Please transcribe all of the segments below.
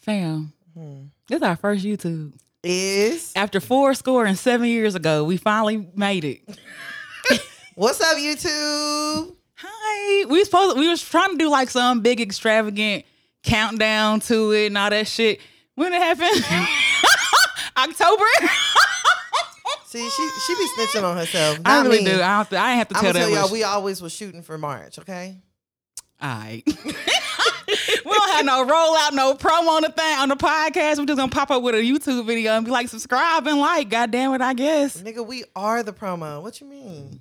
Fam, Hmm. this is our first YouTube. Is After four score and seven years ago, we finally made it. what's up, YouTube? Hi, we supposed we was trying to do like some big extravagant countdown to it and all that shit. When it happened, October. See, she she be snitching on herself. I not really me. do. I don't. th- I have to I'm tell gonna that. tell what y'all, she- we always was shooting for March, okay? All right. we don't have no rollout, no promo on the thing on the podcast. We're just gonna pop up with a YouTube video and be like, subscribe and like. God damn it, I guess. Nigga, we are the promo. What you mean?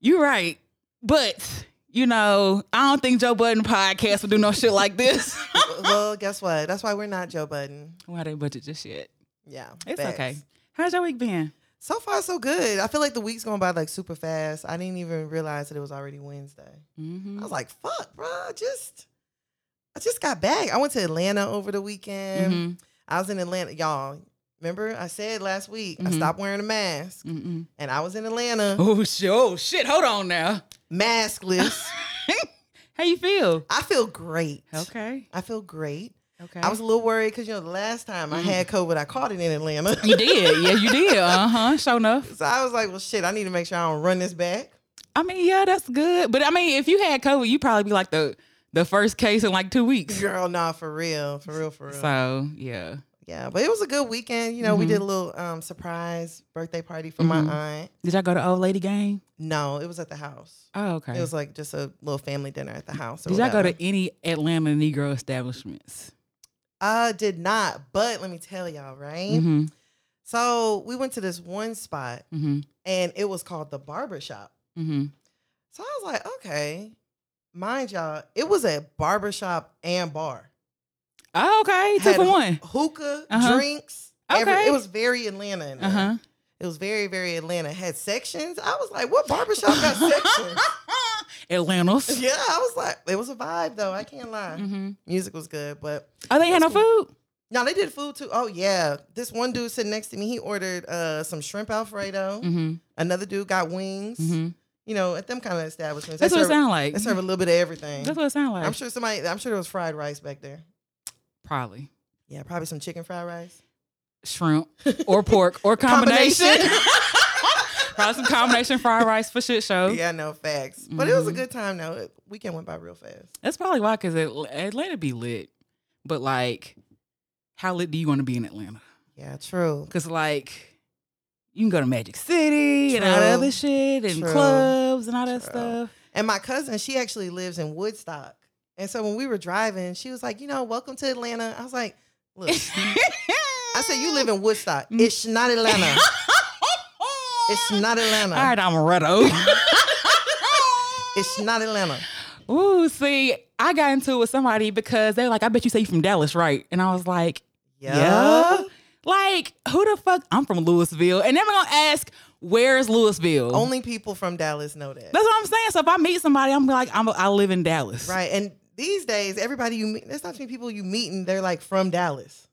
You're right. But, you know, I don't think Joe Budden podcast would do no shit like this. well, guess what? That's why we're not Joe Budden. Why they budget just yet? Yeah, It's facts. okay. How's your week been? So far, so good. I feel like the week's going by like super fast. I didn't even realize that it was already Wednesday. I Mm-hmm. was like, "Fuck, bro! I just, I just got back. I went to Atlanta over the weekend. Mm-hmm. I was in Atlanta, y'all. Remember, I said last week I Mhm. stopped wearing a mask, Mm-mm. and I was in Atlanta, Oh, shit. oh shit. Hold on now. maskless. How you feel? I feel great. Okay. I feel great. Okay. I was a little worried because you know the last time I Mhm. had COVID, I caught it in Atlanta. you did. Yeah, you did. Uh-huh. Sure enough. so I was like, well, shit, I need to make sure I don't run this back. I mean, yeah, that's good. But I mean, if you had COVID, you'd probably be like the the first case in like two weeks. Girl, nah, for real, for real, for real. So yeah. Yeah, but it was a good weekend. You know, we Mhm. did a little um, surprise birthday party for Mhm. my aunt. Did y'all go to old lady game? No, it was at the house. Oh, okay. It was like just a little family dinner at the house. Or Did y'all go whatever. to any Atlanta Negro establishments? I Uh, did not, but let me tell y'all, right? Mm-hmm. So we went to this one spot, Mm-hmm. and it was called the barber shop. Mm-hmm. So I was like, okay, mind y'all, it was a barber shop and bar. Oh, okay. Two Had for hoo- one. hookah, Uh-huh. drinks. Every, Okay. it was very Atlanta. in there. Uh-huh. It was very, very Atlanta. Had sections. I was like, what barbershop got sections? Atlantis. yeah, I was like, it was a vibe though. I can't lie. Mm-hmm. Music was good, but Oh, they had no That's food? no, they did food too. Oh yeah, this one dude sitting next to me, he ordered uh, some shrimp alfredo. Mm-hmm. Another dude got wings. Mm-hmm. You know, at them kind of establishments, That's they what it serve, sounded like. they serve a little bit of everything. That's what it sounded like. I'm sure somebody, I'm sure there was fried rice back there. Probably. Yeah, probably some chicken fried rice. Shrimp or pork or combination. Probably some combination fried rice for shit show. Yeah, no facts. But it was a Mhm. good time though. It- Weekend went by real fast. That's probably why, because Atlanta be lit, but like, how lit do you want to be in Atlanta? Yeah, true. Because like, you can go to Magic City and all that True. other shit, and True. clubs and all that True. stuff. And my cousin, she actually lives in Woodstock. And so when we were driving, she was like, you know, welcome to Atlanta. I was like, look, I said, you live in Woodstock. Mm. It's not Atlanta. It's not Atlanta. All right, I'm Reto. It's not Atlanta. Ooh, see, I got into it with somebody because they were like, I bet you say you from Dallas, right? And I was like, Yeah. Yeah. like, who the fuck? I'm from Louisville. And then we're gonna ask, where's Louisville? Only people from Dallas know that. That's what I'm saying. So if I meet somebody, I'm like, I'm, I live in Dallas. right. And these days, everybody you meet, there's not too many people you meet and they're like from Dallas.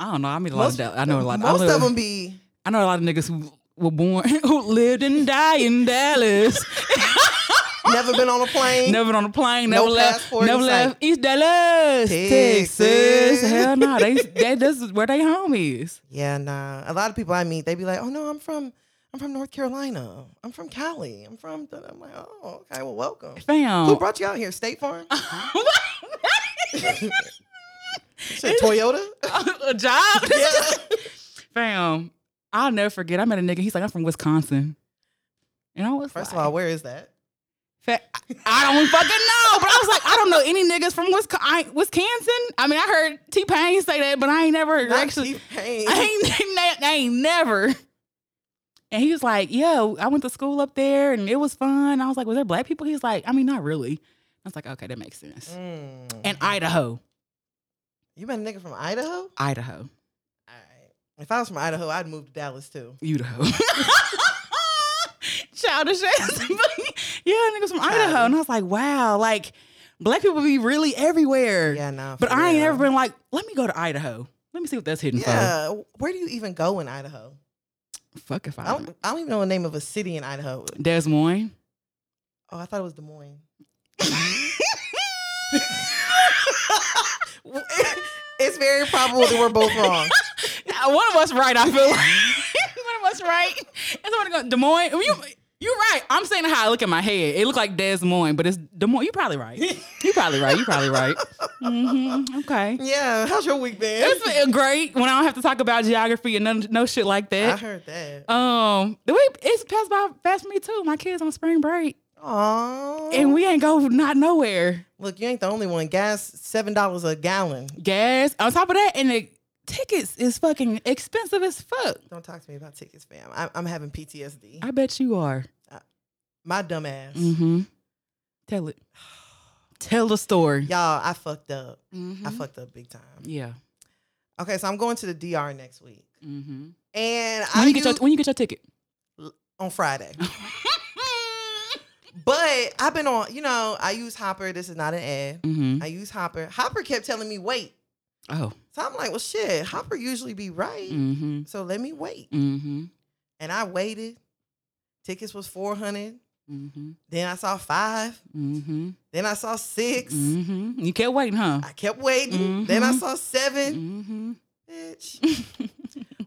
I don't know. I meet a lot Most, of Dallas. I know a lot. I, Most live, of them be I know a lot of niggas who were born, who lived and died in Dallas. never been on a plane. never on a plane. No Never left. passport in Never sight. left East Dallas, Texas. Texas. Hell no. They, they this is where they home is. Yeah, nah. A lot of people I meet, they be like, "Oh no, I'm from, I'm from North Carolina. I'm from Cali. I'm from." th-" I'm like, "Oh, okay. Well, welcome. Who Fam. brought you out here? State Farm? Shit, Toyota? a job. yeah. Fam. I'll never forget. I met a nigga. He's like, I'm from Wisconsin. And I was First of like- all, where is that? Fa- I don't fucking know, but I was like, I don't know any niggas from Wisconsin. I, Wisconsin. I mean, I heard T Pain say that, but I ain't never Not actually. T-Pain. I ain't, I ain't- I ain't never. And he was like, "Yeah, I went to school up there, and it was fun." I was like, "Was there black people?" He's like, "I mean, not really." I was like, "Okay, that makes sense." Mm. And Idaho, you met a nigga from Idaho? All Idaho, right. If I was from Idaho, I'd move to Dallas too. Idaho. Childish ass. yeah, niggas from Idaho, and I was like, "Wow, like black people be really everywhere." Yeah, no. But for I ain't real. ever been like, let me go to Idaho. Let me see what that's hidden Yeah. Where do you even go in Idaho? for. Fuck if I I don't. don't. I don't even know the name of a city in Idaho. Des Moines. Oh, I thought it was Des Moines. It's very probable that we're both wrong. Nah, Uh, one of us right. I feel like one of us right. And someone going Des Moines. You you right. I'm saying how I look in my head. It looked like Des Moines, but it's Des Moines. You probably right. You probably right. You probably right. hmm Okay. Yeah. How's your week been? It's been great when I don't have to talk about geography and none, no shit like I that. heard that. Um, the way it's passed by fast for me too. My kids on spring break, Aw. and we ain't go not nowhere. Look, you ain't the only one. Gas seven dollars a gallon. Gas on top of that, and the tickets is fucking expensive as fuck. Don't talk to me about tickets, fam. I, I'm having PTSD. I bet you are. My dumb ass. Mm-hmm. Tell it. Tell the story. Y'all, I fucked up. Mm-hmm. I fucked up big time. yeah. Okay, so I'm going to the DR next week, Mm-hmm. When and I you get your use- when you get your ticket. on Friday. But I've been on. You know, I use Hopper. This is not an ad. mm-hmm. I use Hopper. Hopper kept telling me wait. Oh. So I'm like, well, shit. Hopper usually be right. Mm-hmm. So let me wait. Mm-hmm. And I waited. Tickets was four hundred. Mm-hmm. Then I saw five. Mm-hmm. Then I saw 6 Mm-hmm. You kept waiting, huh? I kept waiting. Then I Mhm. saw 7 Mm-hmm. Bitch.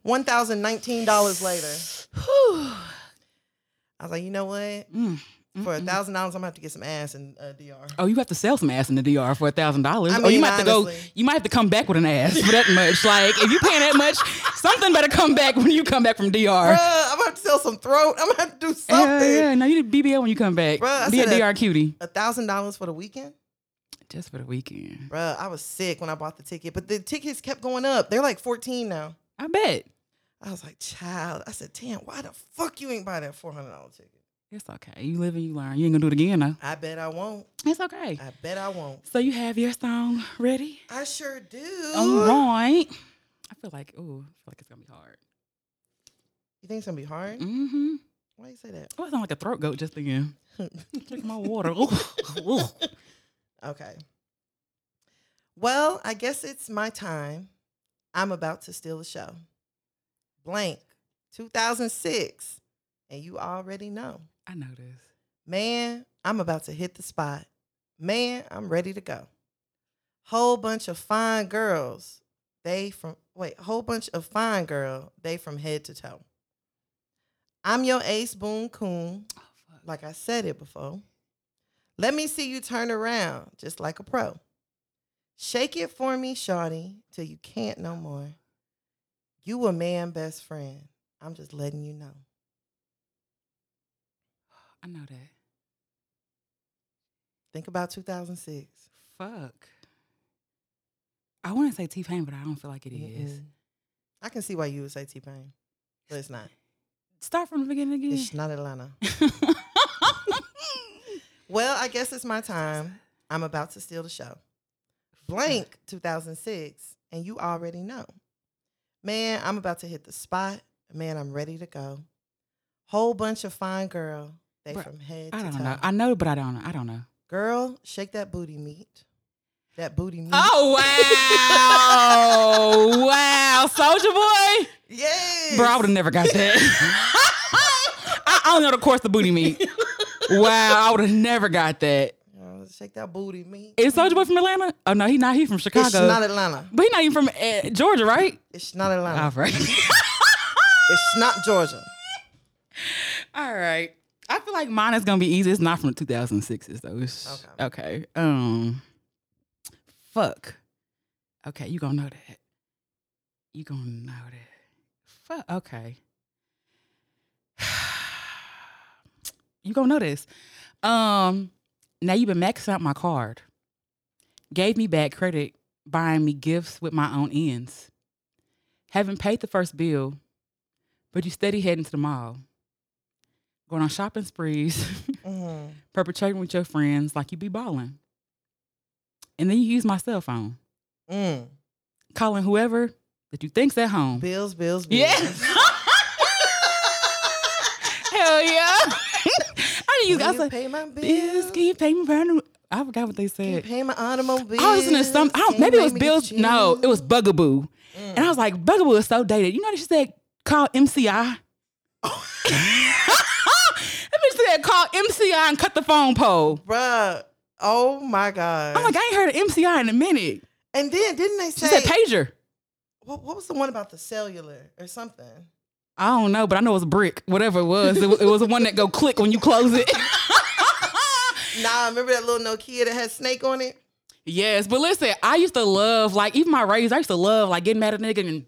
One thousand nineteen dollars later, I was like, you know what? For a thousand dollars, I'm gonna have to get some ass in uh, DR. Mm. Oh, you have to sell some ass in the DR for a thousand dollars. I Or you mean, might have to go. honestly. You might have to come back with an ass for that much. Like if you paying that much, something better come back when you come back from Bruh, DR. I'm gonna have to sell some throat. I'm gonna have to do Yeah, yeah. something. Now you did BBL when you come back. Bruh, I Be a said DR cutie A thousand dollars for the weekend, just for the weekend. Bruh, I was sick when I bought the ticket, but the tickets kept going up. They're like fourteen now. I bet I was like, child. I said, damn, why the fuck you ain't buy that four hundred dollar ticket? it's okay. You live and you learn. You ain't gonna do it again though. I bet I won't. It's okay. I bet I won't. So you have your song ready? I sure do. All right. I feel like ooh, I feel like it's gonna be hard. You think it's gonna be hard? Mm-hmm. Why you say that? Oh, I sound like a throat goat just again. Drink my water. Ooh, ooh. Okay. Well, I guess it's my time. I'm about to steal the show. Blank, 2006. And you already know. I know this. Man, I'm about to hit the spot. Man, I'm ready to go. Whole bunch of fine girls. They from, wait, whole bunch of fine girl. They from head to toe. I'm your ace boon coon. Oh, fuck. like I said it before. Let me see you turn around just like a pro. Shake it for me, shawty, till you can't no more. You a man best friend. I'm just letting you know. I know that. Think about 2006. Fuck. I want to say T Pain, but I don't feel like it is. Mm-mm. I can see why you would say T-Pain, but it's not. Start from the beginning again. It's not Atlanta. Well, I guess it's my time. I'm about to steal the show. Blank 2006, and you already know. Man, I'm about to hit the spot. Man, I'm ready to go. Whole bunch of fine girl. They Bruh, from head I to don't toe. know. I know, but I don't know. I don't know. girl, shake that booty meat. That booty meat. Oh wow, wow, Soldier Boy, yes. bro, I would have never got that. I, I don't know the course the booty meat. Wow, I would have never got that. Girl, shake that booty meat. Is Soldier Boy from Atlanta? Oh no, he not. Oh. He from Chicago. It's not Atlanta. but he not even from uh, Georgia, right? It's not Atlanta. All right. It's not Georgia. All right. I feel like mine is gonna be easy. It's not from 2006s though. It's, Okay. okay. Um. Fuck. Okay, you gonna know that. You gonna know that. Fuck. Okay. you gonna know this. Um. Now you've been maxing out my card. Gave me bad credit, buying me gifts with my own ends. Haven't paid the first bill, but you steady heading to the mall going on shopping sprees, Mm-hmm. Mhm. perpetrating with your friends like you be balling. And then you use my cell phone, Mm. calling whoever that you think's at home. Bills, bills, bills. Yes. Hell yeah. I didn't use I Will was you like, pay my Bills, bills. can you pay me for an-" I forgot what they Can you said. pay my automobile. I was listening to some, I don't, maybe it was Bill's. No, it was Bugaboo. And I was like, Bugaboo is so dated. You know that she said, call MCI? that bitch said, call MCI and cut the phone pole. bruh. Oh my god. I'm like, I ain't heard of MCI in a minute. And then didn't they She say said pager. what, what was the one about the cellular or something? I don't know, but I know it was a brick. Whatever it was, it, wa- it was the one that go click when you close it. Nah, remember that little Nokia that had snake on it? yes, but listen, I used to love like even my razor. I used to love like getting mad at a nigga and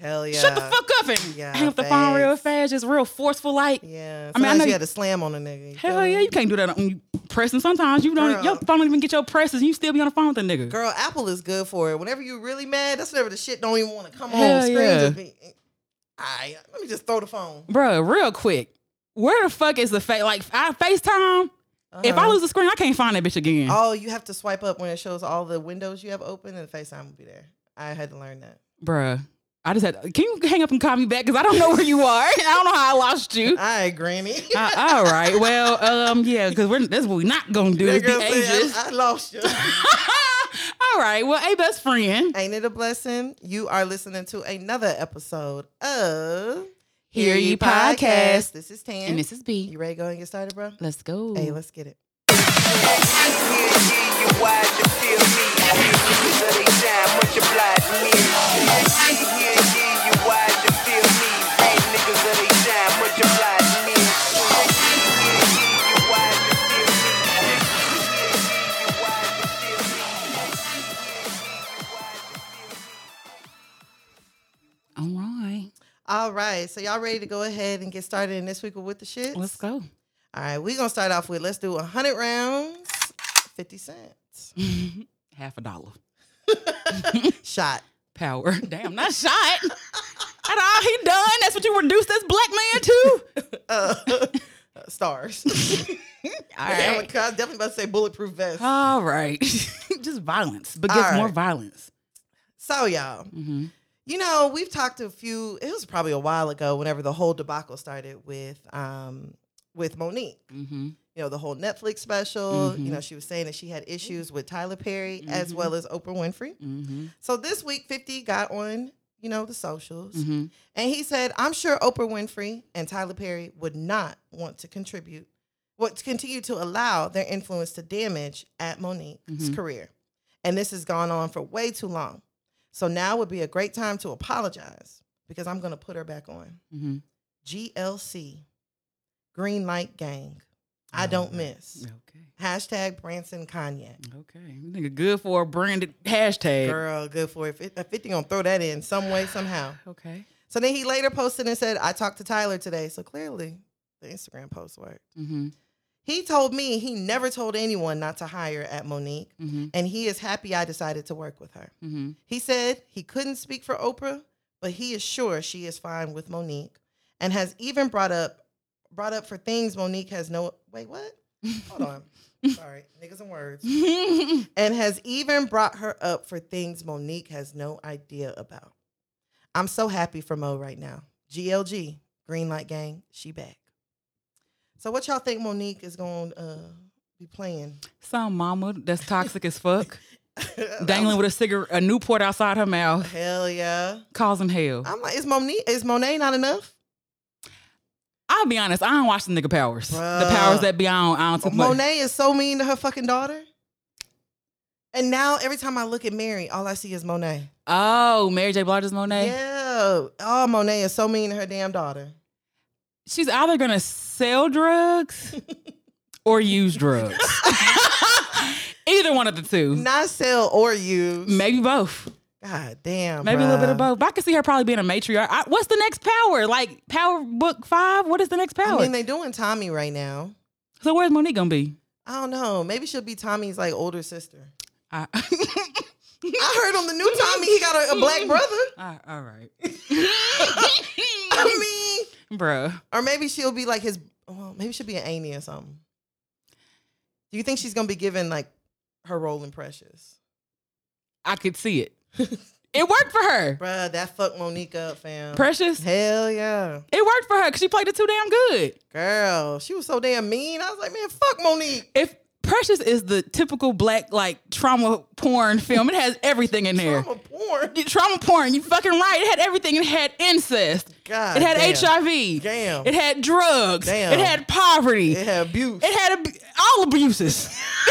Hell yeah. shut the fuck up and Yeah, hang up the phone real facts. fast, just real forceful like. Yeah. I mean, I Sometimes know you you- had to slam on a nigga. you feel Hell me? yeah, you can't do that on you pressing. Sometimes you don't. Your Girl. phone don't even get your presses. You still be on the phone with the nigga. Girl, Apple is good for it. Whenever you really mad, that's whenever the shit don't even want to come Hell on screen. yeah. Just be, eh, all right, let me just throw the phone. Bruh, real quick, where the fuck is the fa- like I FaceTime? If I Uh-huh. lose the screen, I can't find that bitch again. oh, you have to swipe up when it shows all the windows you have open, and FaceTime will be there. I had to learn that. Bruh, I just had. Can you hang up and call me back? Cause I don't know where you are. I don't know how I lost you. All right, Granny. Uh, all right. Well, um, yeah, because we're that's what we're not gonna do is That be girl said, ages. I, I lost you. all right. Well, hey, best friend. Ain't it a blessing? You are listening to another episode of Hear Ye Podcast. This is Tan. And this is B. you ready to go and get started, bro? Let's go. Hey, let's get it. all right. All right, so y'all ready to go ahead and get started in this week with the shit? Let's go. All right, we're gonna start off with let's do 100 rounds, 50 cents. Half a dollar. Shot. Power. Damn, not shot. At all he done. That's what you reduce this black man to. Uh, stars. All Damn, right. I was definitely about to say bulletproof vest. All right. Just violence, but All gets more right. violence. So, y'all, Mm-hmm. you know, we've talked a few, it was probably a while ago whenever the whole debacle started with um with Monique. Mm-hmm. You know, the whole Netflix special. Mhm. You know, she was saying that she had issues with Tyler Perry as Mhm. well as Oprah Winfrey. Mm-hmm. So this week, 50 got on, you know, the socials. Mm-hmm. And he said, I'm sure Oprah Winfrey and Tyler Perry would not want to contribute, what to continue to allow their influence to damage at Monique's Mhm. career. And this has gone on for way too long. So now would be a great time to apologize because I'm going to put her back on. Mm-hmm. GLC, Green Light Gang. I don't miss. Okay. Hashtag Branson Kanye. Okay. You think good for a branded hashtag. Girl, good for it. Fif- 50 gonna throw that in some way, somehow. Okay. So then he later posted and said, I talked to Tyler today. So clearly the Instagram post worked. Mm-hmm. He told me he never told anyone not to hire at Monique, Mm-hmm. and he is happy I decided to work with her. Mm-hmm. He said he couldn't speak for Oprah, but he is sure she is fine with Monique and has even brought up brought up for things Monique has no wait, what? Hold on. Sorry, niggas and words. and has even brought her up for things Monique has no idea about. I'm so happy for Mo right now. GLG, Green Light Gang, she back. So what y'all think Monique is going to uh, be playing? Some mama that's toxic as fuck, dangling with a cigarette, a Newport outside her mouth, Hell yeah. causing hell. I'm like, is Monique, is Monet not enough? I'll be honest, I don't watch the nigga powers. The Bruh. powers that be on, I don't. I don't too much. Monet is so mean to her fucking daughter. And now every time I look at Mary, all I see is Monet. Oh, Mary J. Blige's Monet. Yeah. Oh, Monet is so mean to her damn daughter. She's either gonna sell drugs or use drugs. either one of the two. Not sell or use. Maybe both. God damn. Maybe a little bit bruh. of both. But I can see her probably being a matriarch. I, what's the next power? Like Power Book Five? What is the next power? I mean, they doing Tommy right now. so where's Monique gonna be? I don't know. Maybe she'll be Tommy's like older sister. I, I heard on the new Tommy he got a, a black brother. I, all right, I mean, bruh. or maybe she'll be like his. Well, maybe she'll be an Amy or something. Do you think she's gonna be given like her role in Precious? I could see it. It worked for her. Bruh, that fucked Monique up, fam. Precious. Hell yeah, It worked for her because she played it too damn good. girl. She was so damn mean. I was like, man, fuck Monique. If Precious is the typical black like trauma porn film, it has everything in there. Trauma porn. You- Trauma porn, you fucking right. It had everything. It had incest. God. It had damn. HIV. Damn. It had drugs. Damn. It had poverty. It had abuse. It had ab- all abuses.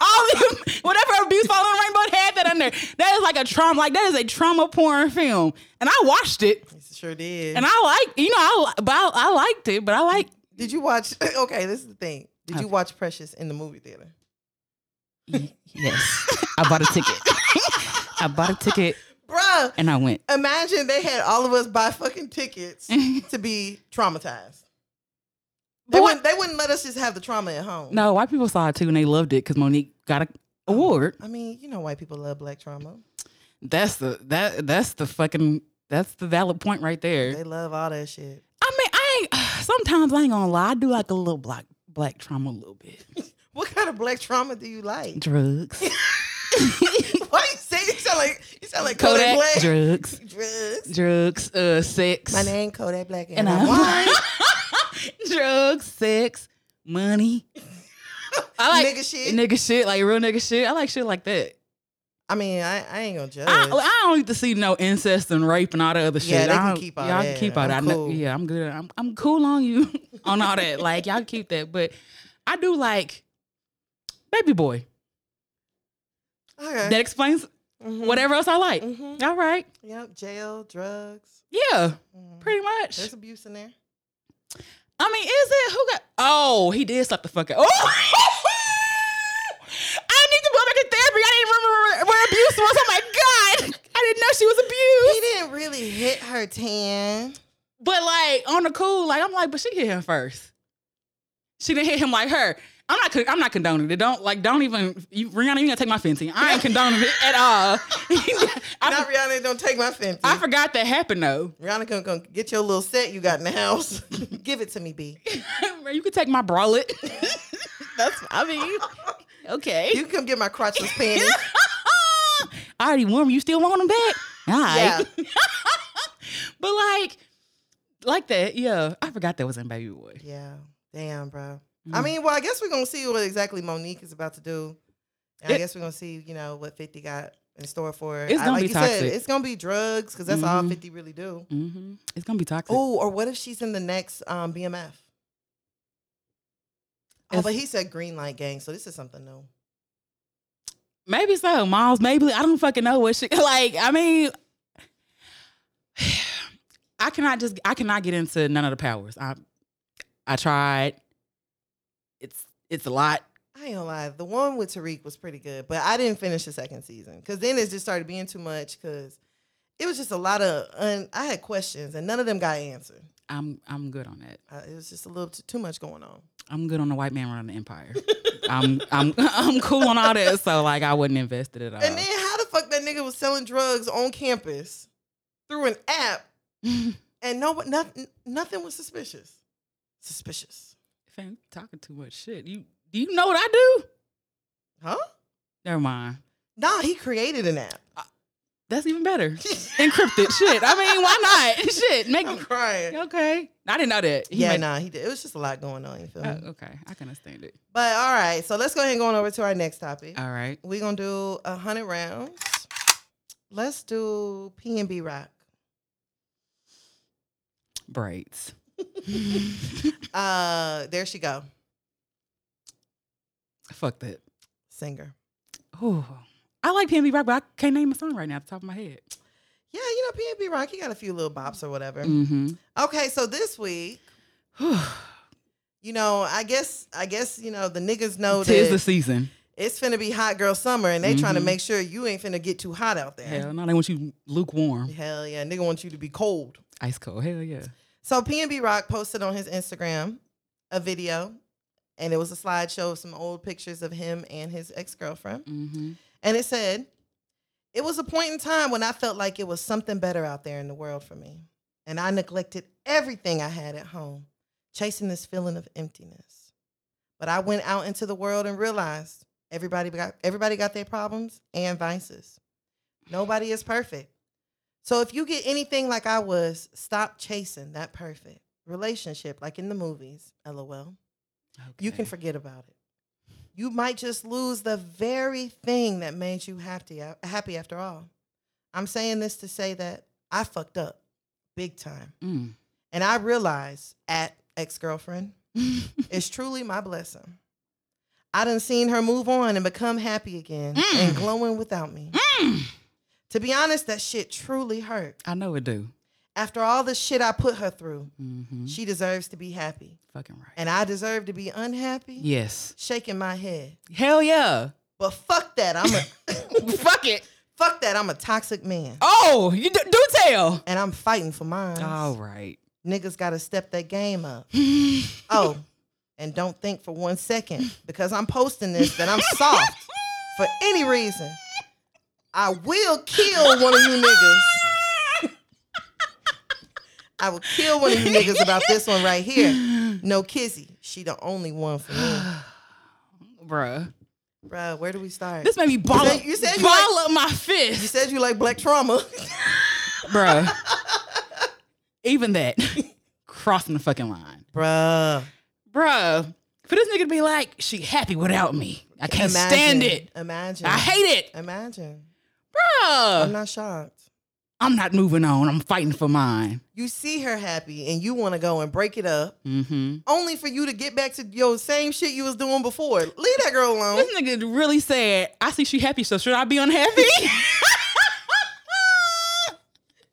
all the, whatever abuse following the rainbow it had that under. That is like a trauma. Like that is a trauma porn film. And I watched it, It sure did. and I like you know I li- but I, I liked it, but I like did you watch? Okay, this is the thing. Did Okay. you watch Precious in the movie theater? yes. I bought a ticket. I bought a ticket Bruh, and I went. imagine they had all of us buy fucking tickets to be traumatized. They Boy- wouldn't, they wouldn't let us just have the trauma at home. No, white people saw it too and they loved it because Monique got a award. I mean, you know, white people love black trauma. That's the that that's the fucking that's the valid point right there. They love all that shit. I mean, I ain't, sometimes I ain't gonna lie. I do like a little black black trauma a little bit. What kind of black trauma do you like? Drugs, Why you say you sound like you sound like Kodak, Kodak, Black? drugs, Drugs. drugs, uh, sex, My name Kodak Black and, and I I wine. drugs, sex, money. I like nigga shit. nigga shit, like real nigga shit. I like shit like that. I mean, I, I ain't gonna judge. I, I don't need to see no incest and rape and all the other shit. Yeah, they I can don't- keep all y'all that. Can keep all I'm that. I know, cool. yeah, I'm good. I'm I'm cool on you on all that. Like y'all can keep that, but I do like baby boy. okay. That explains Mhm. whatever else I like. Mhm. All right. Yep. Jail, drugs. Yeah, Mhm. pretty much. There's abuse in there. I mean, is it who got? Oh, he did slap the fuck out. Oh, I need to go back to therapy. I didn't remember where abuse was. Oh my god, I didn't know she was abused. He didn't really hit her tan. But like on the cool, like I'm like, but she hit him first. She didn't hit him like her. I'm not. con- I'm not condoning it. Don't like. Don't even. You, Rihanna, you gonna take my fencing? I ain't condoning it at all. I, Not Rihanna. Don't take my fenty. I forgot that happened though. Rihanna gonna, gonna get your little set you got in the house. Give it to me, B. you can take my bralette. That's. I mean, okay. You can come get my crotchless panties. I already wore them. You still want them back? All Yeah. right. But like, like that. Yeah, I forgot that was in Baby Boy. Yeah. Damn, bro. I Mm. mean, well, I guess we're gonna see what exactly Monique is about to do. And I It- guess we're gonna see, you know, what Fifty got in store for her. It's I- gonna like be you said, toxic. it's gonna Mm-hmm. be drugs because that's all Mhm. Fifty really do. hmm It's gonna be toxic. Oh, or what if she's in the next um, BMF? Oh, It's- but he said green light gang, so this is something new. Maybe so, Miles. Maybe I don't fucking know what shit. Like, I mean, I cannot just I cannot get into none of the powers. I I tried. It's it's a lot. I ain't gonna lie, the one with Tariq was pretty good, but I didn't finish the second season because then it just started being too much because it was just a lot of un- I had questions and none of them got answered. I'm I'm good on that. Uh, it was just a little t- too much going on. I'm good on the white man running the empire. I'm I'm I'm cool on all that. So like I wouldn't invest it at all. And then how the fuck that nigga was selling drugs on campus through an app and no one- nothing nothing was suspicious. Suspicious. Fam, you talking too much shit. You do you know what I do? Huh? Never mind. Nah, he created an app. That's even better. Encrypted shit. I mean, why not? shit. Make I'm crying. okay. I didn't know that. He yeah, made- nah, he did. It was just a lot going on, you feel me? Oh, okay, I can understand it. But all right, so let's go ahead and go on over to our next topic. All right. We're gonna do a hundred rounds. Let's do P and B rock. Braids. Uh there she go. Fuck that. Singer. Ooh. I like PNB Rock, but I can't name a song right now off the top of my head. Yeah, you know, P and B rock, he got a few little bops or whatever. Mm-hmm. Okay, so this week you know, I guess I guess you know the niggas know Tis the that season. it's finna be hot girl summer, and they trying to Mhm. make sure you ain't finna get too hot out there. Hell no, they want you lukewarm. Hell yeah, nigga wants you to be cold. Ice cold. Hell yeah. So PNB Rock posted on his Instagram a video, and it was a slideshow of some old pictures of him and his ex girlfriend, Mm-hmm. and it said, "It was a point in time when I felt like it was something better out there in the world for me, and I neglected everything I had at home, chasing this feeling of emptiness." But I went out into the world and realized everybody got everybody got their problems and vices. Nobody is perfect. So if you get anything like I was, stop chasing that perfect relationship like in the movies, lol. You can forget about it. You might just lose the very thing that made uh, you happy happy after all. I'm saying this to say that I fucked up, big time. Mm. And I realized at ex girlfriend, it's truly my blessing. I done seen her move on and become happy again Mm. and glowing without me. To be honest, that shit truly hurt. I know it do. After all the shit I put her through, Mm-hmm. she deserves to be happy. Fucking right. And I deserve to be unhappy? yes. Shaking my head. Hell yeah. But fuck that. I'm a Fuck it. fuck that. I'm a toxic man. Oh, you do, do tell. And I'm fighting for mine. All right. Niggas gotta step that game up. Oh, and don't think for one second because I'm posting this that I'm soft for any reason. I will kill one of you niggas. I will kill one of you niggas about this one right here. No kizzy. She the only one for me. Bruh. Bruh, where do we start? This made me ball, said- up, you said you ball like- up my you fist. said you like black trauma. Bruh. Even that. Crossing the fucking line. Bruh. Bruh. For this nigga to be like, she happy without me. I can't stand it. Imagine. I hate it. Imagine. Bruh. I'm not shocked. I'm not moving on. I'm fighting for mine. You see her happy and you want to go and break it up. Mm-hmm. only for you to get back to your same shit you was doing before. Leave that girl alone. This nigga really said, I see she happy, so should I be unhappy?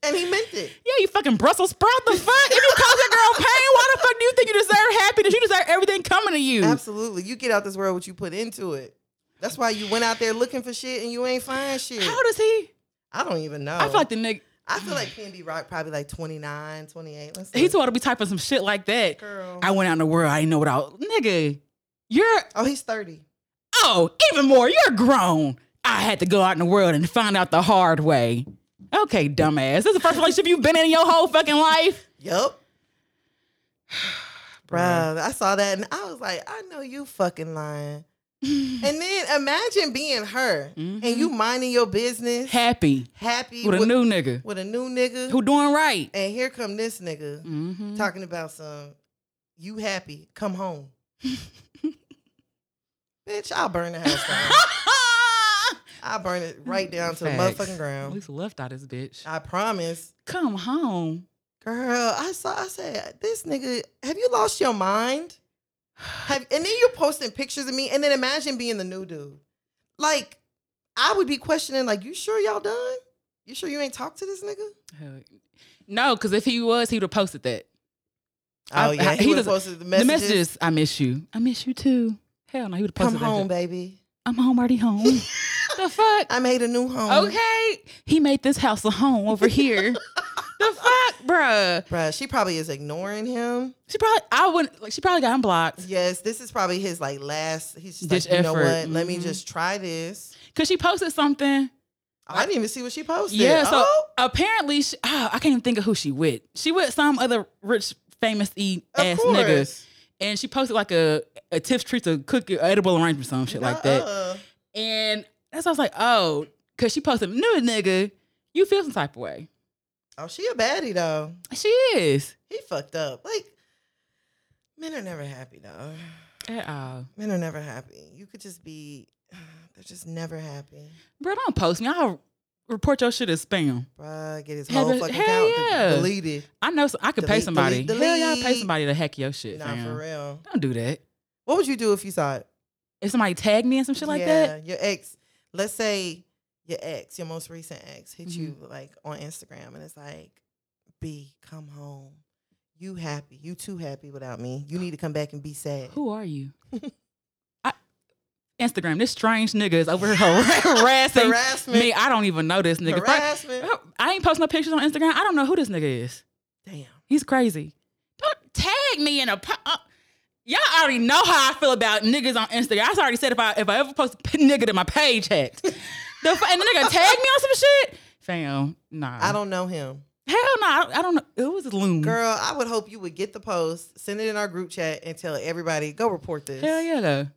And he meant it. yeah, you fucking Brussels sprout the fuck. If you cause that girl pain, why the fuck do you think you deserve happiness? You deserve everything coming to you. Absolutely. You get out this world what you put into it. That's why you went out there looking for shit and you ain't find shit. How does he? I don't even know. I feel like the nigga, I feel like PNB Rock probably like 29, 28. Let's see. he told her to be typing some shit like that. girl. I went out in the world, I didn't know what I was. Nigga, you're, oh, he's 30. oh, even more, you're grown. I had to go out in the world and find out the hard way. Okay, dumbass. This is the first relationship you've been in in your whole fucking life. Yup. Bruh, I saw that and I was like, I know you fucking lying. and then imagine being her and you minding your business, Happy. happy Mm-hmm. with a new nigga with a new nigga. who doing right. And here come this nigga Mm-hmm. talking about some you happy, come home. Bitch, I'll burn the house down. I'll burn it right down to the motherfucking At ground. least left out this bitch. I promise. Come home. Girl, I saw I said, this nigga, have you lost your mind? Have and then you're posting pictures of me and then imagine being the new dude. Like, I would be questioning, like, you sure y'all done? You sure you ain't talked to this Oh, nigga? Hell, No, because if he was, he would have posted that. I- Oh yeah, I- he, he would have doesn't- posted the The messages. messages, I miss you. I miss you too. Hell no, he would have Come posted that home, shit. baby. I'm home already home. the fuck? I made a new home. Okay. He made this house a home over here. the fuck, bruh. Bruh, she probably is ignoring him. She probably I wouldn't like she probably got unblocked. Yes, this is probably his like last. He's just Ditch like, you know what? effort. Let me Mhm. just try this. Cause she posted something. I didn't even see what she posted. Yeah, so oh, apparently, she, oh, I can't even think of who she with. She with some other rich, famous e of ass course. nigga, and she posted like a a Tiff treats a cookie edible arrangement, some shit like that. Nuh-uh. And that's why I was like, oh, cause she posted new nigga, you feel some type of way. Oh, she a baddie though. She is He fucked up. Like men are never happy though. at all, Men are never happy. You could just be. They're just never happy. bro. Don't post me. I'll report your shit as spam. Bruh, get his Hell, whole fucking hell account yeah. deleted. I know so, I could pay Delete, somebody. delete, Hell yeah, I pay delete. somebody to hack your shit. Nah, fam. for real. Don't do that. What would you do if you saw it? If somebody tagged me in some shit like that, Your ex, let's say your ex, your most recent ex, hit you Mm-hmm. like on Instagram and it's like, B, come home. You happy. You too happy without me. You need to come back and be sad. Who are you? I, Instagram, this strange nigga is over here harassing Harassment. me. I don't even know this nigga. Fir- Harassment. I ain't posting no pictures on Instagram. I don't know who this nigga is. Damn. He's crazy. Don't tag me in a. Po- uh, y'all already know how I feel about niggas on Instagram. I already said if I if I ever post a p- nigga to my page hacked, the, fu- and the nigga tag me on some shit. Fam, nah. I don't know him. Hell no. I, don't- I don't know. Who is this loon? Girl, I would hope you would get the post, send it in our group chat, and tell everybody, go report this. Hell yeah. though.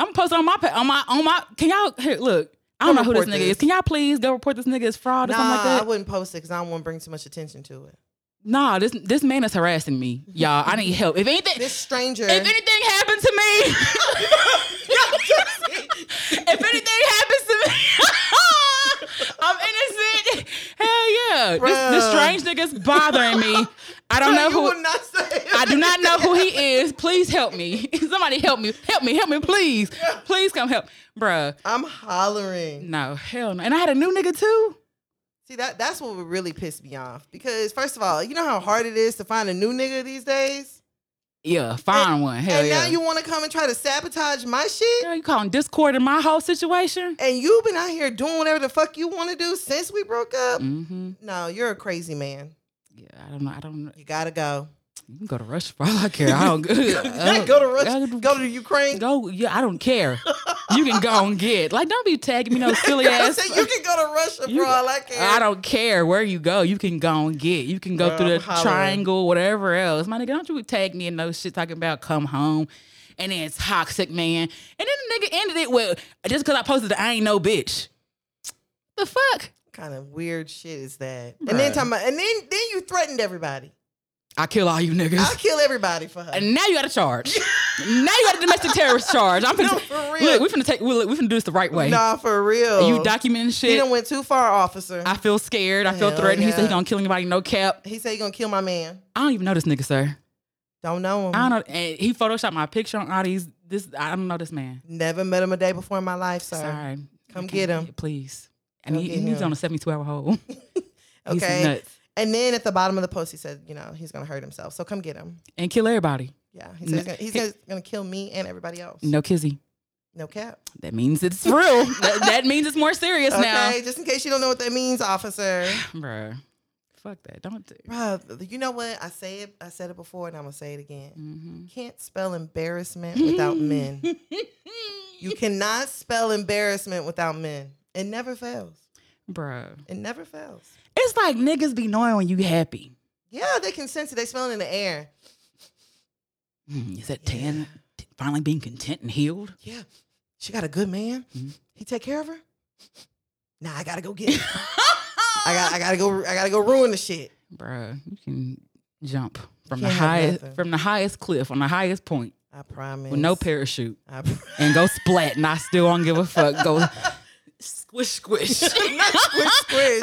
I'm gonna post on my pa- on my on my. Can y'all here, look? I don't Go know who this report nigga this. is. Can y'all please go report this nigga as fraud or Nah, something like I that? wouldn't post it because I don't want to bring too much attention to it. nah, this this man is harassing me, y'all. I need help. If anything, This stranger. if anything happened to me, if anything happens to me, I'm innocent. Hell yeah. Bruh, this, this Bruh. strange nigga's bothering me. I don't know you who. Will not say I do not know who he is. Please help me. Somebody help me. Help me. Help me, please. Please come help. Bruh, I'm hollering. no, hell no. And I had a new nigga too. See that that's what would really piss me off because first of all, you know how hard it is to find a new nigga these days, Yeah, find one. Hell and yeah. now you want to come and try to sabotage my shit. Girl, you calling discord in my whole situation? And you've been out here doing whatever the fuck you want to do since we broke up. Mm-hmm. No, you're a crazy man. Yeah, I don't know. I don't. know. You gotta go. You can go to Russia for all I care. I don't. I don't- go to Russia. I- Go to Ukraine. Go. Yeah, I don't care. You can go and get. Like, don't be tagging me no silly I ass. said you can go to Russia You- for all I care. I don't care where you go. You can go and get. You can go Girl, through I'm the hollering. triangle, whatever else. My nigga, don't you tag me in no shit talking about come home. And then it's toxic, man. And then the nigga ended it with just because I posted the I ain't no bitch. The fuck? kind of weird shit is that? And then Bruh. talking about, and then then you threatened everybody. I kill all you niggas. I'll kill everybody for her. and now you got a charge. now you got a domestic terrorist charge. I'm no, finna, for real. look. We finna take. we- Look, we finna do this the right way. nah, for real. You documenting He shit. done went too far, officer. I feel scared. I feel Hell threatened. He said he yeah. gonna kill anybody. No cap. he said he gonna kill my man. I don't even know this nigga, sir. Don't know him. I don't know. And he photoshopped my picture on all these. This I don't know this man. Never met him a day before in my life, sir. Sorry. Come I can't- get him. please. And Come he, get he's him. on a seventy-two hour hold. He's Okay. nuts. And then at the bottom of the post, he said, you know, he's gonna hurt himself. So come get him. And kill everybody. Yeah. He said No. he's gonna, he's gonna, gonna kill me and everybody else. No kizzy. No cap. That means it's real. that, that means it's more serious okay. now, Just in case you don't know what that means, officer. bruh. Fuck that. Don't. Do- Bruh, you know what? I say it. I said it before, and I'm gonna say it again. mm-hmm. You can't spell embarrassment without men. You cannot spell embarrassment without men. It never fails. Bruh. It never fails. It's like niggas be knowing when you happy. Yeah, they can sense it. They smell it in the air. Mm, is that Yeah. tan t- finally being content and healed? Yeah, she got a good man. Mhm. He take care of her. Nah, I gotta go get. It. I got. I gotta go. I gotta go ruin the shit. Bruh, you can jump from You the can't have highest nothing. from the highest cliff on the highest point I promise. with no parachute I pr- and go splat and I still don't give a fuck. Go squish squish. Not squish, squish.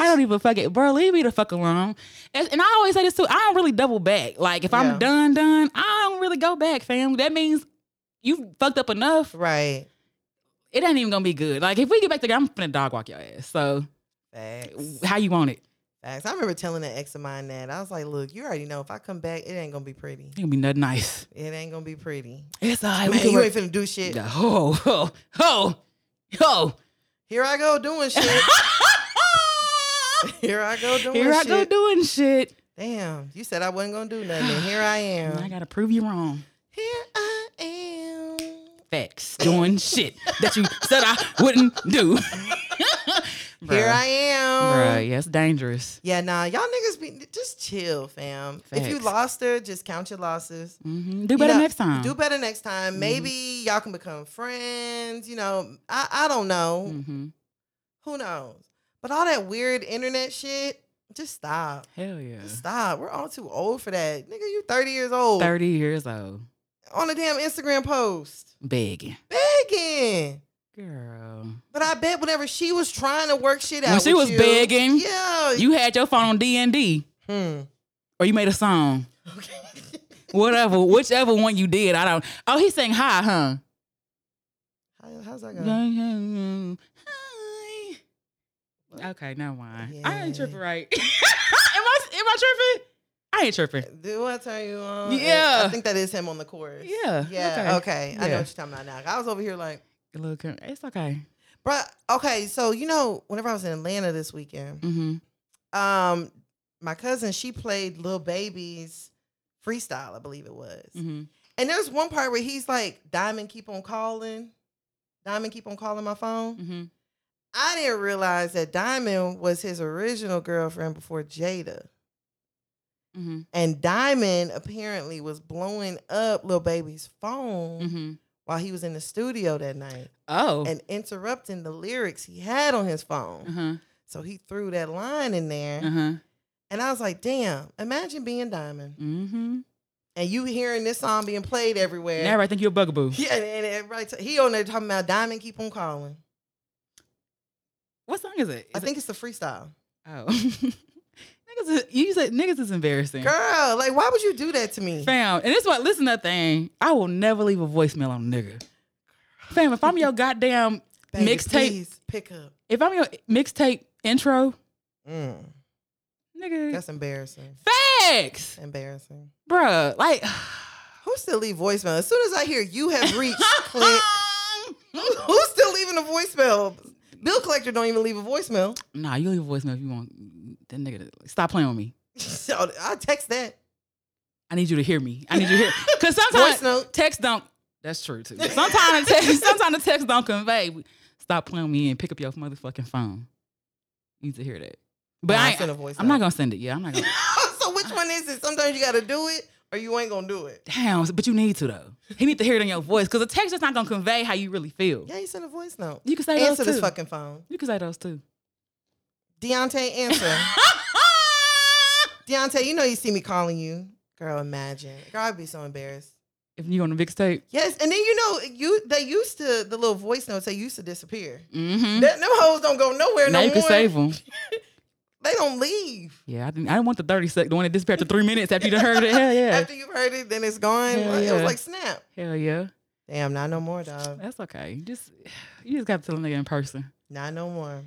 I don't even fuck it, bro. Leave me the fuck alone. And, and I always say this too. I don't really double back. Like if I'm Yeah. done, done, I don't really go back, fam. That means you fucked up enough. Right. It ain't even gonna be good. Like if we get back together, I'm finna dog walk your ass. So Facts. how you want it? Facts. I remember telling an ex of mine that I was like, "Look, you already know if I come back, it ain't gonna be pretty. It gonna be nothing nice. It ain't gonna be pretty. It's all right. Man, we can you work- ain't finna do shit. Yeah, ho, ho, ho, ho. Here I go doing shit. Here I go doing Here I shit. go doing shit. Damn, you said I wasn't gonna do nothing. and Here I am. I gotta prove you wrong. Here I am. Facts. Doing shit that you said I wouldn't do. Here I am. Bruh, yeah, it's dangerous. Yeah, nah, y'all niggas be just chill, fam. If you Facts. lost her, just count your losses. hmm Do better know, next time. Do better next time. Mhm. Maybe y'all can become friends. You know, I, I don't know. hmm Who knows? But all that weird internet shit, just stop. Hell yeah. Just stop. We're all too old for that. Nigga, you 30 years old. 30 years old. On a damn Instagram post. Begging. Begging. Girl. But I bet whenever she was trying to work shit out, When she with was you- begging, yeah, You had your phone on D and D Hmm. or you made a song. Okay. Whatever, whichever one you did, I don't. Oh, he sang hi, huh? How, how's that going? Hi. Okay, never mind. I ain't Yeah. tripping right. am I am I tripping? I ain't tripping. Do I turn you on? Yeah. I think that is him on the chorus. Yeah, okay. Yeah. Okay. I know Yeah. what you're talking about now. I was over here like, A little cur- It's okay. bruh, okay. So, you know, whenever I was in Atlanta this weekend, Mm-hmm. um, my cousin, she played Lil Baby's freestyle, I believe it was. Mm-hmm. And there's one part where he's like, Diamond keep on calling. Diamond keep on calling my phone. Mm-hmm. I didn't realize that Diamond was his original girlfriend before Jada. Mm-hmm. And Diamond apparently was blowing up Lil Baby's phone Mm-hmm. while he was in the studio that night Oh. and interrupting the lyrics he had on his phone. uh-huh. So he threw that line in there. Uh-huh. And I was like, damn, imagine being Diamond Mm-hmm. and you hearing this song being played everywhere. Never. I think you're a bugaboo. Yeah, and, and everybody, t- he on there talking about Diamond keep on calling. What song is it? I Is it- think it's the freestyle. Oh. niggas, is- you said niggas is embarrassing. Girl, like, why would you do that to me? Fam, and this is what listen to that thing. I will never leave a voicemail on a nigga. Fam, if I'm your goddamn Baby, Mixtape. please Pick up. if I'm your mixtape intro, Mm, nigga that's embarrassing. facts. Embarrassing. Bruh, like Who still leave voicemail? As soon as I hear you have reached, click. Who's still leaving a voicemail? Bill collector don't even leave a voicemail. Nah, you leave a voicemail if you want that nigga to stop playing with me. So I text that I need you to hear me. I need you to hear cause voice sometimes note. text don't that's true too. Sometimes text sometimes the text don't convey. Stop playing with me and pick up your motherfucking phone. You need to hear that. But Nah, I, I send a ain't- voice I'm not note. gonna send it. Yeah, I'm not gonna so which one is it? Sometimes you gotta do it, or you ain't gonna do it. Damn, but you need to though. He need to hear it in your voice because the text is not gonna convey how you really feel. Yeah, you send a voice note. You can say Answer those this too. fucking phone, you can say those too. Deontay. Answer, Deontay. You know you see me calling you, girl. Imagine, girl. I'd be so embarrassed. if you on the mixtape, Yes, and then you know you they used to the little voice notes. They used to disappear. mm-hmm. That, them hoes don't go nowhere now no you can more. save them. They don't leave. Yeah, I didn't. I didn't want the thirty second. The one that disappeared after three minutes after you done heard it. Hell yeah, After you've heard it, then it's gone. Hell Like, It was yeah. like snap. hell yeah. Damn, not no more, dog. That's okay. You just you just got to tell a nigga in person. Not no more.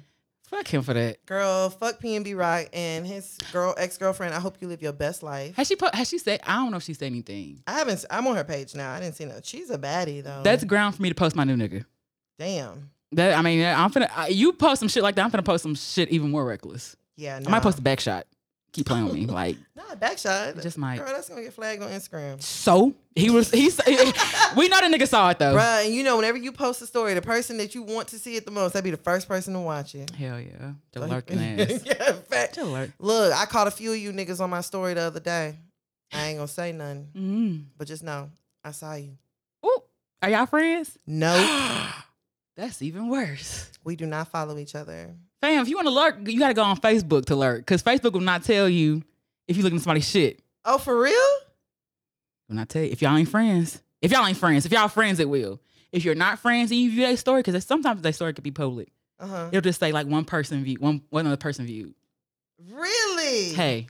Fuck him for that. Girl, fuck P and B Rock and his girl ex girlfriend. I hope you live your best life. Has she put? Has she said? I don't know if she said anything. I haven't. I'm on her page now. I didn't see no. She's a baddie though. That's ground for me to post my new nigga. damn. That I mean, I'm finna. I, you post some shit like that. I'm finna post some shit even more reckless. Yeah, no. I might post a back shot. Keep playing with me, like. Nah, back shot. It just might. Girl, that's gonna get flagged on Instagram. So he was. He. s- we know the nigga saw it though. Bruh, and you know, whenever you post a story, the person that you want to see it the most, that'd be the first person to watch it. Hell yeah, the Like- lurking ass. yeah, fact. The lurk. Look, I caught a few of you niggas on my story the other day. I ain't gonna say nothing, Mm. but just know I saw you. Ooh, are y'all friends? No, That's even worse. we do not follow each other. Fam, if you want to lurk, you gotta go on Facebook to lurk, cause Facebook will not tell you if you looking at somebody's shit. Oh, for real? When I tell you, if y'all ain't friends, if y'all ain't friends, if y'all friends, it will. If you're not friends and you view that story, because sometimes that story could be public, Uh huh. it'll just say like one person view, one one other person viewed. Really? Hey,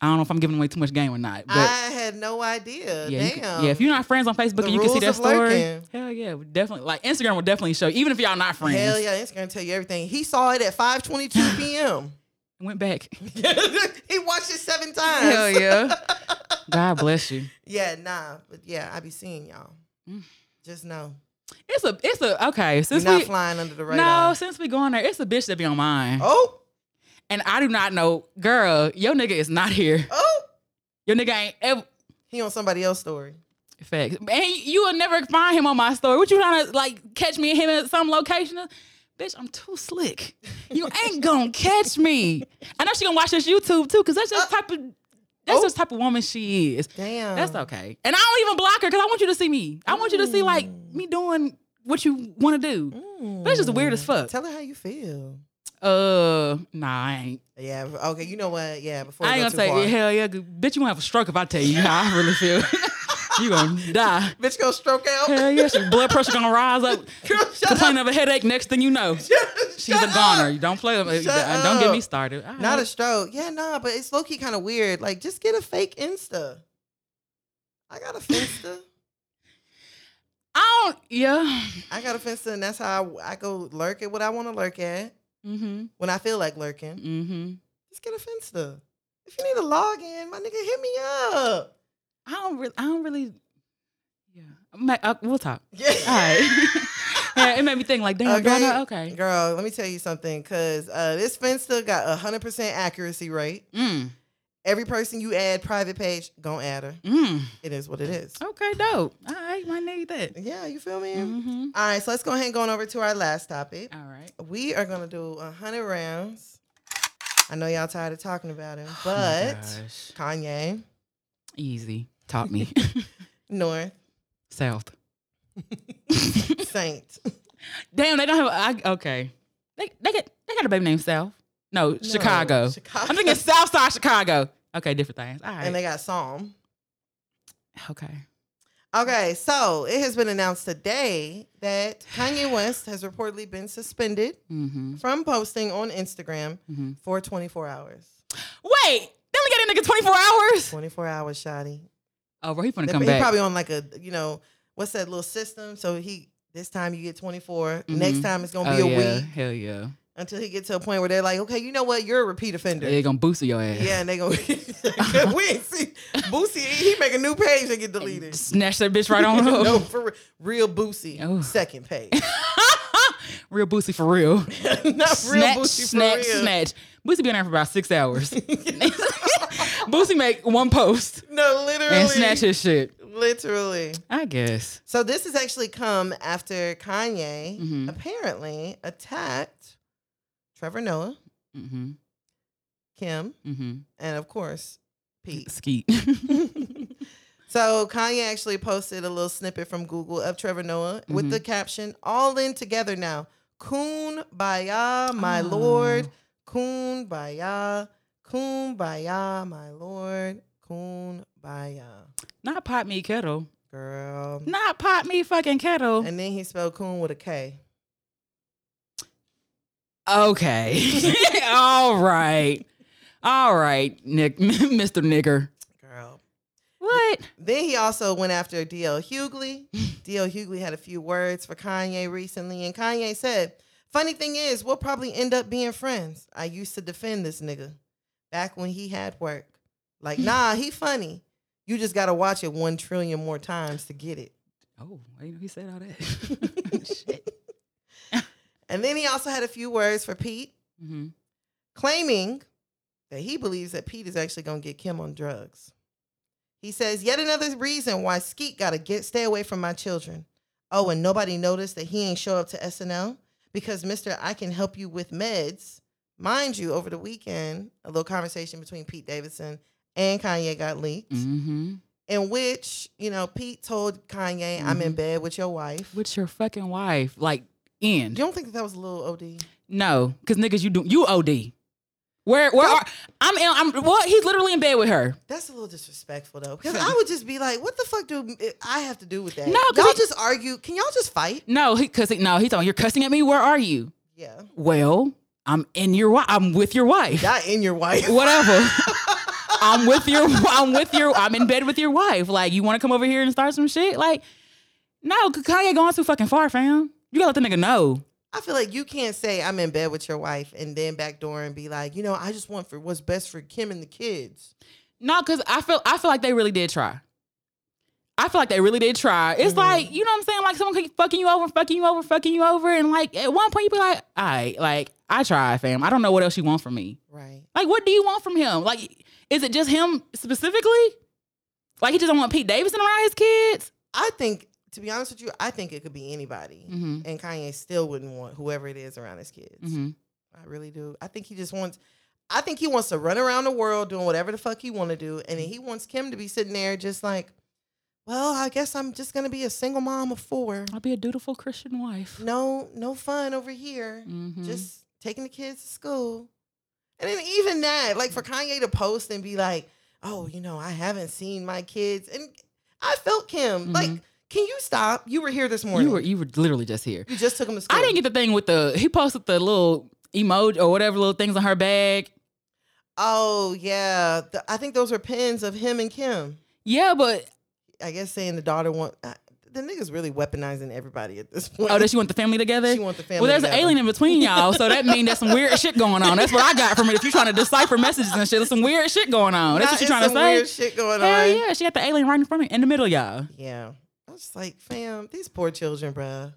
I don't know if I'm giving away too much game or not, but I had no idea. Yeah, you Ah, Damn. can- yeah. If you're not friends on Facebook, The and you can see rules that of story. lurking. Hell yeah, we definitely. Like Instagram will definitely show, even if y'all not friends. Hell yeah, Instagram tell you everything. He saw it at 5:22 p.m. Went back. he watched it seven times. Hell yeah. God bless you. Yeah, nah, but yeah, I be seeing y'all. Mm. Just know It's a it's a okay. you're Since not we flying under the no radar. since we going there, it's a bitch that be on mine, Oh, and I do not know. Girl, your nigga is not here. oh, Your nigga ain't ever. he on somebody else's story. Facts. And you will never find him on my story. What you trying to like catch me and him at some location? Bitch, I'm too slick. You ain't gonna catch me. I know she gonna watch this YouTube too, cause that's just the type of that's Uh, Oh. Uh. just the type of woman she is. Damn, That's okay. And I don't even block her because I want you to see me. I want you to see like me doing what you want to do. Mm. That's just weird as fuck. Tell her how you feel. Uh, nah, I ain't. Yeah. Okay. You know what? Yeah. Before I I ain't go gonna too say far. hell yeah. good- Bitch, you gonna have a stroke if I tell you how I really feel. you gonna die. Bitch, gonna stroke out. Hell yes, your blood pressure gonna rise up. Girl, shut Complain of a headache. Next thing you know, she's a goner. You don't play. with- Shut don't get me up. started. All Not a right. stroke. Yeah, nah, but it's low key kind of weird. Like, just get a fake Insta. I got a Finsta. I don't. Yeah. I got a Finsta, and that's how I, I go lurk at what I want to lurk at Mm-hmm. when I feel like lurking. Mm-hmm. Just get a Finsta. If you need a login, my nigga, hit me up. I don't. Re- I don't really. Yeah. I'm like, uh, we'll talk. Yeah. All right. yeah, it made me think. Like, damn. do I know? Okay. Okay. Girl, let me tell you something, cause uh, this Finsta got a hundred percent accuracy rate. Mm. Every person you add private page, gonna add her. Mm. It is what it is. Okay. Dope. All right. Might need that. Yeah, you feel me? Mm-hmm. All right, so let's go ahead and go on over to our last topic. All right. We are gonna do a hundred rounds. I know y'all tired of talking about him, Oh my but gosh. Kanye easy. Taught me. North South. Saint. Damn. They don't have. A, I, okay. They they got they got a baby named South. No, No, Chicago. Chicago. I'm thinking Southside Chicago. Okay, different things. All right. and they got Psalm. okay. Okay, so it has been announced today that Kanye West has reportedly been suspended Mm-hmm. from posting on Instagram Mm-hmm. for 24 hours. Wait, only got that nigga 24 hours. 24 hours, Shotty. Oh, bro, he finna They- come he back. probably on like a you know what's that little system? So he this time you get 24. Next Mhm. time it's gonna oh, be a yeah. week Hell yeah. until he gets to a point where they're like, okay, you know what? You're a repeat offender. They gonna boost your ass. Yeah, and they go. we ain't see Boosie. He make a new page and get deleted. Snatch that bitch right on up. no, for re- real Boosie. Oh. Second page. real Boosie for real. Not real snatch, Boosie for snatch, real. snatch. Boosie been there for about six hours. Boosie make one post No, literally. and snatch his shit. Literally. I guess. So this has actually come after Kanye Mhm. apparently attacked Trevor Noah, Mm-hmm. Kim, Mm-hmm. and of course Pete. Skeet. so Kanye actually posted a little snippet from Google of Trevor Noah with Mhm. the caption, "All in together now, kumbaya, Ah. my lord, kumbaya, kumbaya, my lord, kumbaya, Not pot me kettle. girl." Not pot me fucking kettle. And then he spelled coon with a K. Okay. All right. All right, Nick, Mr. Nigger. Girl. What? Then he also went after DL Hughley. DL Hughley had a few words for Kanye recently, and Kanye said, Funny thing is, we'll probably end up being friends. I used to defend this nigga back when he had work. Like, nah, he funny. You just gotta watch it one trillion more times to get it. Oh, I didn't know he said all that. Shit. And then he also had a few words for Pete, Mm-hmm. claiming that he believes that Pete is actually gonna get Kim on drugs. He says, yet another reason why Skeet gotta get stay away from my children. Oh, and nobody noticed that he ain't show up to SNL because Mr. I can help you with meds. Mind you, over the weekend, a little conversation between Pete Davidson and Kanye got leaked, Mm-hmm. in which, you know, Pete told Kanye, I'm in Mhm. bed with your wife. With your fucking wife. Like, you end. don't think that, that was a little OD? No, because niggas, you do you OD. Where where are I'm in, I'm what? He's literally in bed with her. That's a little disrespectful though, because I would just be like, "What the fuck do I have to do with that?" No, 'cause y'all he- just argue. Can y'all just fight? No, he cause he, no, he's on. You're cussing at me. Where are you? Yeah, Well, I'm in your wife. I'm with your wife. not in your wife. Whatever. I'm with your. I'm with your. I'm in bed with your wife. Like you want to come over here and start some shit? Like no, 'cause Kanye going too fucking far, fam. You gotta let the nigga know. I feel like you can't say I'm in bed with your wife and then backdoor and be like, you know, I just want for what's best for Kim and the kids. No, because I feel I feel like they really did try. I feel like they really did try. It's Mhm. like you know what I'm saying. Like someone keep fucking you over, fucking you over, fucking you over, and like at one point you be like, "All right, like I tried, fam. I don't know what else you want from me. Right. Like what do you want from him? Like is it just him specifically? Like he just don't want Pete Davidson around his kids? I think, to be honest with you, I think it could be anybody, Mm-hmm. and Kanye still wouldn't want whoever it is around his kids. Mm-hmm. I really do. I think he just wants. I think he wants to run around the world doing whatever the fuck he want to do, and Mm-hmm. then he wants Kim to be sitting there just like, well, I guess I'm just gonna be a single mom of four. I'll be a dutiful Christian wife. No, no fun over here. Mm-hmm. Just taking the kids to school, and then even that, like for Kanye to post and be like, oh, you know, I haven't seen my kids, and I felt Kim. Like, can you stop? You were here this morning. Mm-hmm. you were you were literally just here. You just took him to school. I didn't get the thing with the he posted the little emoji or whatever little things on her bag. Oh yeah, The- I think those were pins of him and Kim. Yeah, but I guess saying the daughter want uh, the niggas really weaponizing everybody at this point. Oh, does she want the family together? she want the family. well, there's together. an alien in between y'all, so that means there's some weird shit going on. That's what I got from it. If you're trying to decipher messages and shit, there's some weird shit going on. That's Nah, what you're it's trying to some say. Weird shit going Hell on. yeah, she got the alien right in front of in the middle, of y'all. Yeah. I was just like, fam, these poor children, bruh.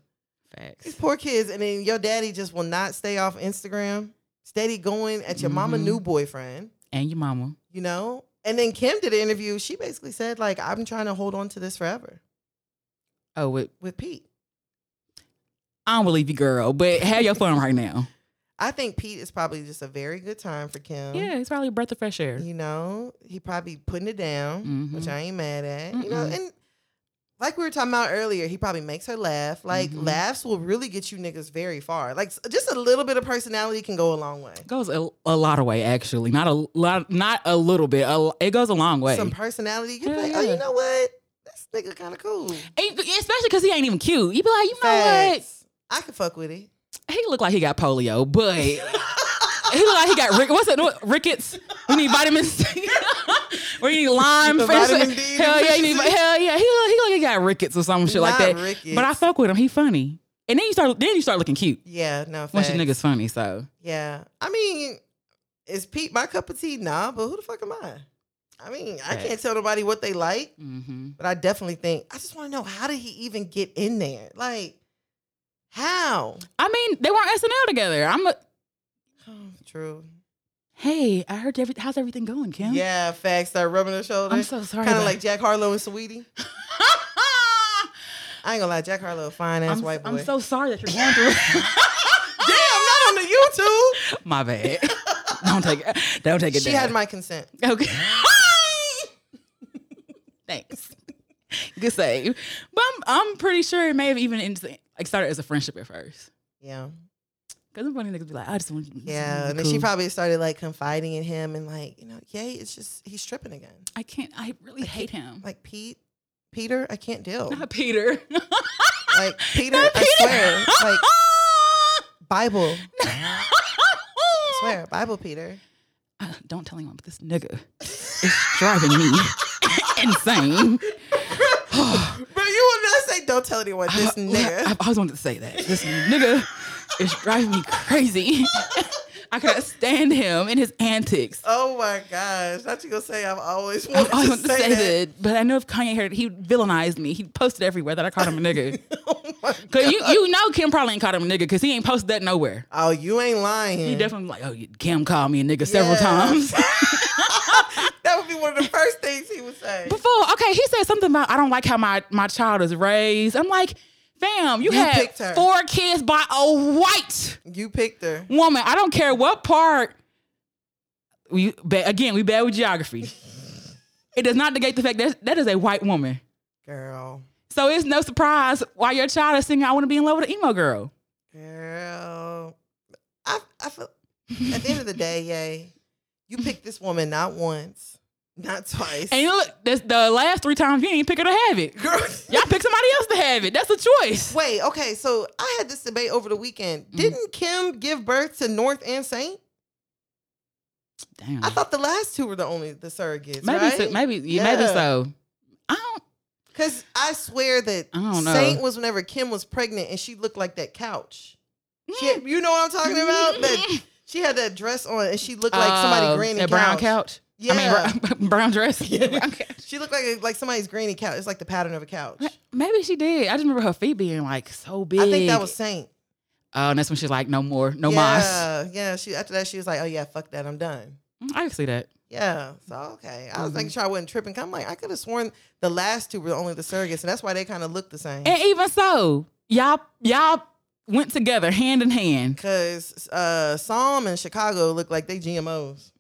These Facts. poor kids. And then your daddy just will not stay off Instagram. Steady going at your mama Mhm. new boyfriend, And your mama. you know? And then Kim did an interview. She basically said, like, I'm trying to hold on to this forever Oh, wait, with Pete. I don't believe you, girl, but have your fun right now. I think Pete is probably just a very good time for Kim. Yeah, it's probably a breath of fresh air. You know, he probably putting it down, which Mhm. I ain't mad at. You know, Mm-mm. and like we were talking about earlier, he probably makes her laugh. Like Mhm. laughs will really get you niggas very far. Like s- just a little bit of personality can go a long way. Goes a, a lot of way, actually. Not a lot, not a little bit. A, it goes a long way. Some personality, you Hell like, oh, you yeah. know what? This nigga kind of cool. And- especially because he ain't even cute. You be like, you know Facts. I could fuck with it. what? He look like he got polio, but He look like he got rick. What's it? what- Rickets. We need vitamin C. we need Lyme. The fish- vitamin D hell yeah, he need, deficiency. hell yeah. He look, he look like he got rickets or some shit like that. Not rickets. But I fuck with him. He funny. And then you start then you start looking cute Yeah, no. Facts. once your niggas funny. So Yeah, I mean, is Pete my cup of tea? Nah, but who the fuck am I? I mean, I can't Facts. tell nobody what they like, mm-hmm. but I definitely think I just want to know how did he even get in there? Like, how? I mean they weren't SNL together. I'm a, True. hey. I heard every, how's everything going, Kim? Yeah, facts. Start rubbing her shoulder. I'm so sorry. kind of about- like Jack Harlow and Sweetie. I ain't gonna lie, Jack Harlow, a fine ass I'm, white boy. I'm so sorry that you're going through. damn not on the YouTube. my bad. Don't take it. Don't take it. She down. had my consent. Okay. Thanks. Good save. But I'm, I'm pretty sure it may have even in, like started as a friendship at first. Yeah, Because I'm funny niggas be like, I just want you. yeah. And then she probably started like confiding in him and like, you know, yay, it's just he's tripping again. I can't. I really hate him. Like Pete, Peter, I can't deal. Not Peter. Like Peter, Not I swear, like Bible, I swear, Bible, Peter. Uh, don't tell anyone, but this nigga is driving me insane. Bro, you will not say don't tell anyone this I- nigga. I, I Uh, always wanted to say that. This nigga is driving me crazy. I cannot stand him and his antics. oh my gosh, not you gonna say I've always I wanted always to wanted to say, say that. that. but I know if Kanye heard it, he villainized me. He posted everywhere that I called him a nigga. Oh my Cause god. you, you know Kim probably ain't called him a nigga because he ain't posted that nowhere. oh, you ain't lying. He definitely like, oh, Kim called me a nigga several Yeah. times. that would be one of the first things he would say. Before, okay, he said something about I don't like how my my child is raised. I'm like, fam, you, You had picked her. four kids by a white You picked her. woman. I don't care what part. We ba- again, we bad with geography. it does not negate the fact that that is a white woman. Girl. So it's no surprise why your child is singing "I Want to Be in Love with an Emo Girl." Girl. I I feel at the end of the day, yay. You picked this woman not once, not twice. And look, this, the last three times you ain't pick her to have it. Girl. Y'all pick somebody else to have it. That's a choice. Wait, okay, so I had this debate over the weekend. Mm-hmm. Didn't Kim give birth to North and Saint? Damn. I thought the last two were the only the surrogates, maybe right? so, maybe yeah. maybe Yeah. so. I don't. Because I swear that I don't know. Saint was whenever Kim was pregnant and she looked like that couch. She had- you know what I'm talking about? That she had that dress on and she looked like Uh, somebody granny that Mm. brown couch. Yeah. I mean, brown, brown dress. Brown couch. She looked like like somebody's granny couch. It's like the pattern of a couch. Maybe she did. I just remember her feet being like so big. I think that was Saint. Oh, and that's when she's like, no more, no mas. yeah, yeah. She after that she was like, oh yeah, fuck that, I'm done. Mm, I can see that. Yeah. So okay, I was Mhm. making sure I wasn't tripping. 'cause I'm like, I could have sworn the last two were only the surrogates, and that's why they kind of looked the same. And even so, y'all y'all went together hand in hand. Because uh, Psalm and Chicago look like they GMOs.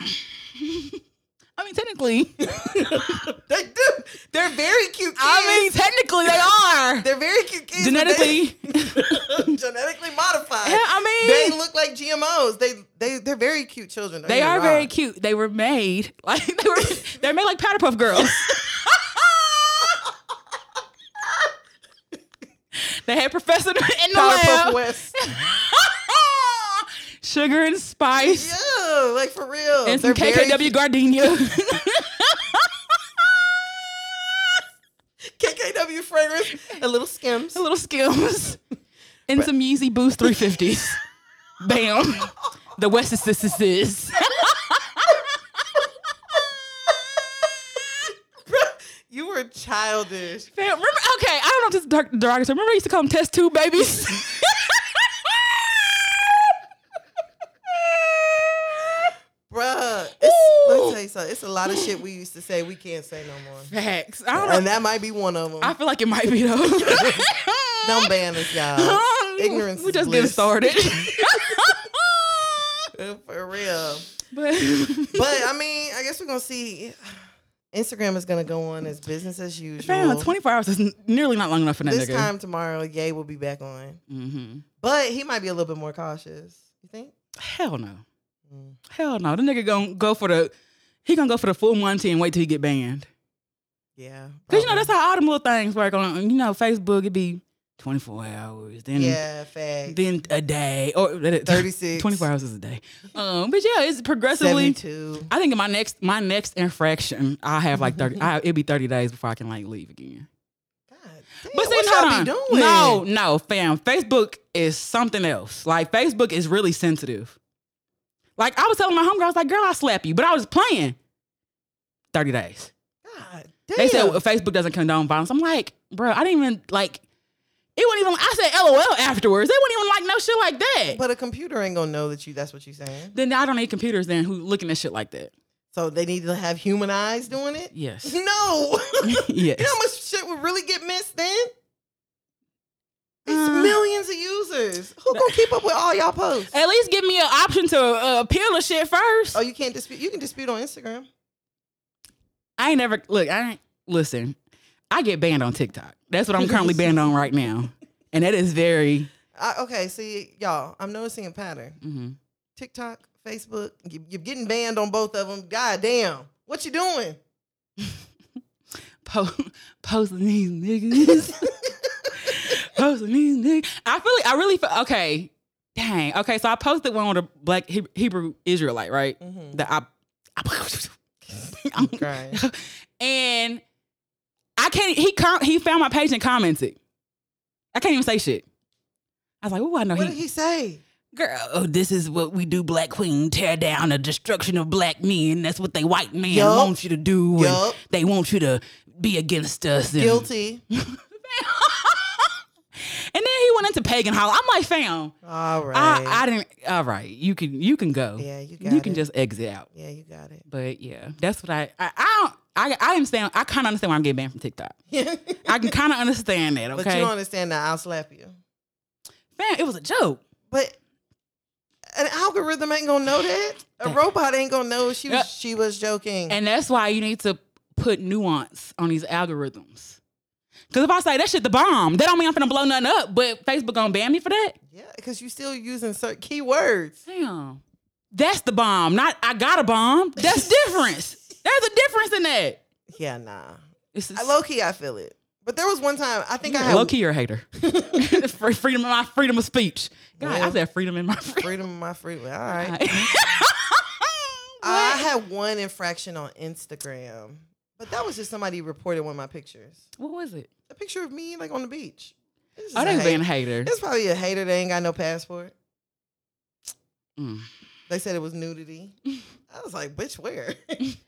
I mean, technically, They do. They're very cute. Kids. I mean, technically they are they're very cute kids. but they- genetically. genetically modified. Yeah, I They mean, look like GMOs. They they they're very cute children. Don't They get me are very wrong. cute. They were made like they were. They're made like Powderpuff Girls. they had Professor in the Powerpuff lab. West. Sugar and spice Yeah, like for real. and some They're KKW very- gardenia. KKW fragrance, a little Skims. a little Skims, and some Yeezy Boost 350s. Bam. The West is this is this. Bruh, you were childish. Fam, remember, okay, I don't know if this is dark, derogatory. Remember, I used to call them test tube babies. Bruh, it's, let me Ooh. tell you something. It's a lot of shit we used to say we can't say no more. Facts. I don't know. And that might be one of them. I feel like it might be though. Don't ban us, y'all. um, ignorance We is just getting bliss. started. For real. but But I mean, I guess we're gonna see. Instagram is gonna go on as business as usual. fam, 24 hours is n- nearly not long enough for that this nigga. time tomorrow, Ye will be back on. hmm But he might be a little bit more cautious. You think? Hell no. Mm. Hell no. The nigga gonna go for the he gonna go for the full Monty and wait till he get banned. Yeah. Cause you know probably. that's how all them little things work on you know, Facebook it be 24 hours, then Yeah, fact. then a day or 36. 24 hours is a day. Um, but yeah, it's progressively. 72. I think in my next my next infraction, I'll have like 30. I, it'll be 30 days before I can like leave again. God damn, But see, what hold y'all on. be doing? No, no, fam. Facebook is something else. Like Facebook is really sensitive. Like I was telling my homegirl, I was like, "Girl, I slap you," but I was playing. Thirty days. God damn. They said well, Facebook doesn't condone violence. I'm like, bro, I didn't even like. It wasn't even. I said LOL afterwards. They wouldn't even like no shit like that. but a computer ain't gonna know that you. That's what you're saying. then I don't need computers then who looking at shit like that. So they need to have human eyes doing it. Yes. No. yes. You know how much shit would really get missed then? It's Uh, millions of users. Who gonna keep up with all y'all posts? At least give me an option to uh, appeal the shit first. Oh, you can't dispute. You can dispute on Instagram. I ain't never look. I ain't listen. I get banned on TikTok. That's what I'm currently banned on right now, and that is very. I, okay, see y'all. I'm noticing a pattern. mhm. TikTok, Facebook. You, you're getting banned on both of them. God damn. What you doing? Po- posting these niggas. posting these niggas. I feel like I really feel okay. Dang. Okay, so I posted one on the black He- Hebrew Israelite, right? Mm-hmm. That I, I Crying. and I can't. He com- he found my page and commented. I can't even say shit. I was like, oh, I know What he, did he say? Girl, oh, this is what we do, Black Queen. Tear down the destruction of black men. That's what they white men Yup. want you to do. and Yup. they want you to be against us. and- Guilty. And then he went into pagan holler. I'm like, fam, All right. I, I didn't. All right, you can you can go. yeah, you got you can it. just exit out. Yeah, you got it. But yeah, that's what I I I don't, I, I understand. I kind of understand why I'm getting banned from TikTok. I can kind of understand that. But you Okay, don't understand that I'll slap you. fam, it was a joke. But an algorithm ain't gonna know that. A That- robot ain't gonna know she was, Yeah. she was joking. And that's why you need to put nuance on these algorithms. Cause if I say that shit the bomb, that don't mean I'm finna blow nothing up, but Facebook gonna ban me for that? yeah, because you still using certain keywords. Damn. That's the bomb. Not I got a bomb. That's difference. There's a difference in that. Yeah, nah. It's just, I, low key, I feel it. But there was one time I think I had low key or hater. Free- freedom in my freedom of speech. God, I Well, said freedom in my freedom. freedom of my freeway. All right. Uh, I what? had one infraction on Instagram, but that was just somebody reported one of my pictures. what was it? A picture of me like on the beach. It's just Oh, a they hate- being a hater. It's probably a hater that ain't got no passport. Mm. They said it was nudity. I was like, bitch, where?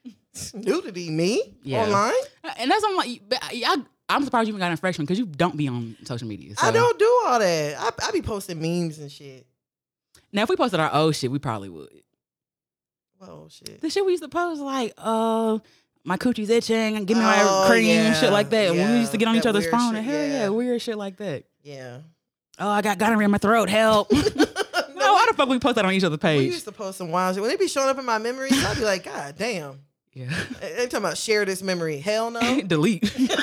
nudity, me? Yeah. Online? And that's I'm like, but I, I- I'm surprised you even got an infraction because you don't be on social media. I so. don't do all that. I, I be posting memes and shit. Now, if we posted our old shit, we probably would. Well, Oh, shit. The shit we used to post, like, uh, my coochie's itching, give me my Oh, cream, shit yeah, like that. When we yeah, used to get on that each other's weird phone, shit, and hell yeah. yeah. weird shit like that. Yeah. Oh, I got gonorrhea in my throat, help. no, no, why the fuck we post that on each other's we, we page? used to post some wild shit. When they be showing up in my memories, I'd be like, God damn. yeah. They they talking about share this memory. Hell no. okay. delete.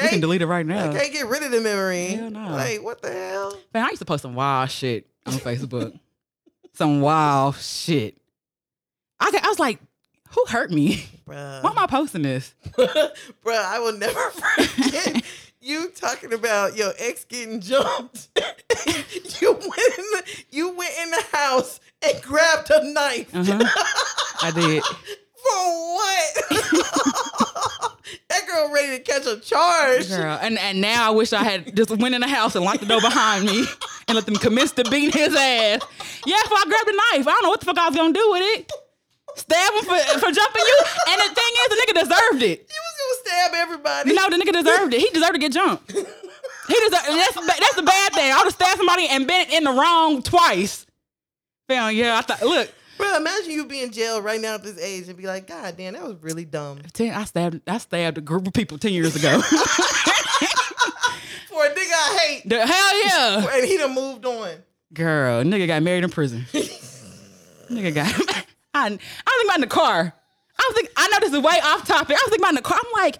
We can delete it right I now. can't get rid of the memory. Hell no. Like, what the hell? Man, I used to post some wild shit on Facebook. some wild shit. I, got- I was like, who hurt me? Bruh. Why am I posting this? Bruh, I will never forget you talking about your ex getting jumped. you went in the, you went in the house and grabbed a knife. Uh-huh. I did. For what? that girl ready to catch a charge. Girl, and, and now I wish I had just went in the house and locked the door behind me and let them commence to beat his ass. Yeah, if I grabbed a knife, I don't know what the fuck I was gonna do with it. Stab him for, for jumping you. And the thing is, the nigga deserved it. You was gonna stab everybody. You know, the nigga deserved it. He deserved to get jumped. He deserved. And that's ba- that's the bad thing. I would have stabbed somebody and been in the wrong twice. Damn, yeah. I thought, look, Bro, imagine you be in jail right now at this age and be like, God damn, that was really dumb. ten, I stabbed I stabbed a group of people ten years ago. For a nigga I hate. The- Hell yeah. And he done moved on. Girl, nigga got married in prison. nigga got. I, I was thinking about in the car. I was think I know this is way off topic. I was thinking about in the car. I'm like,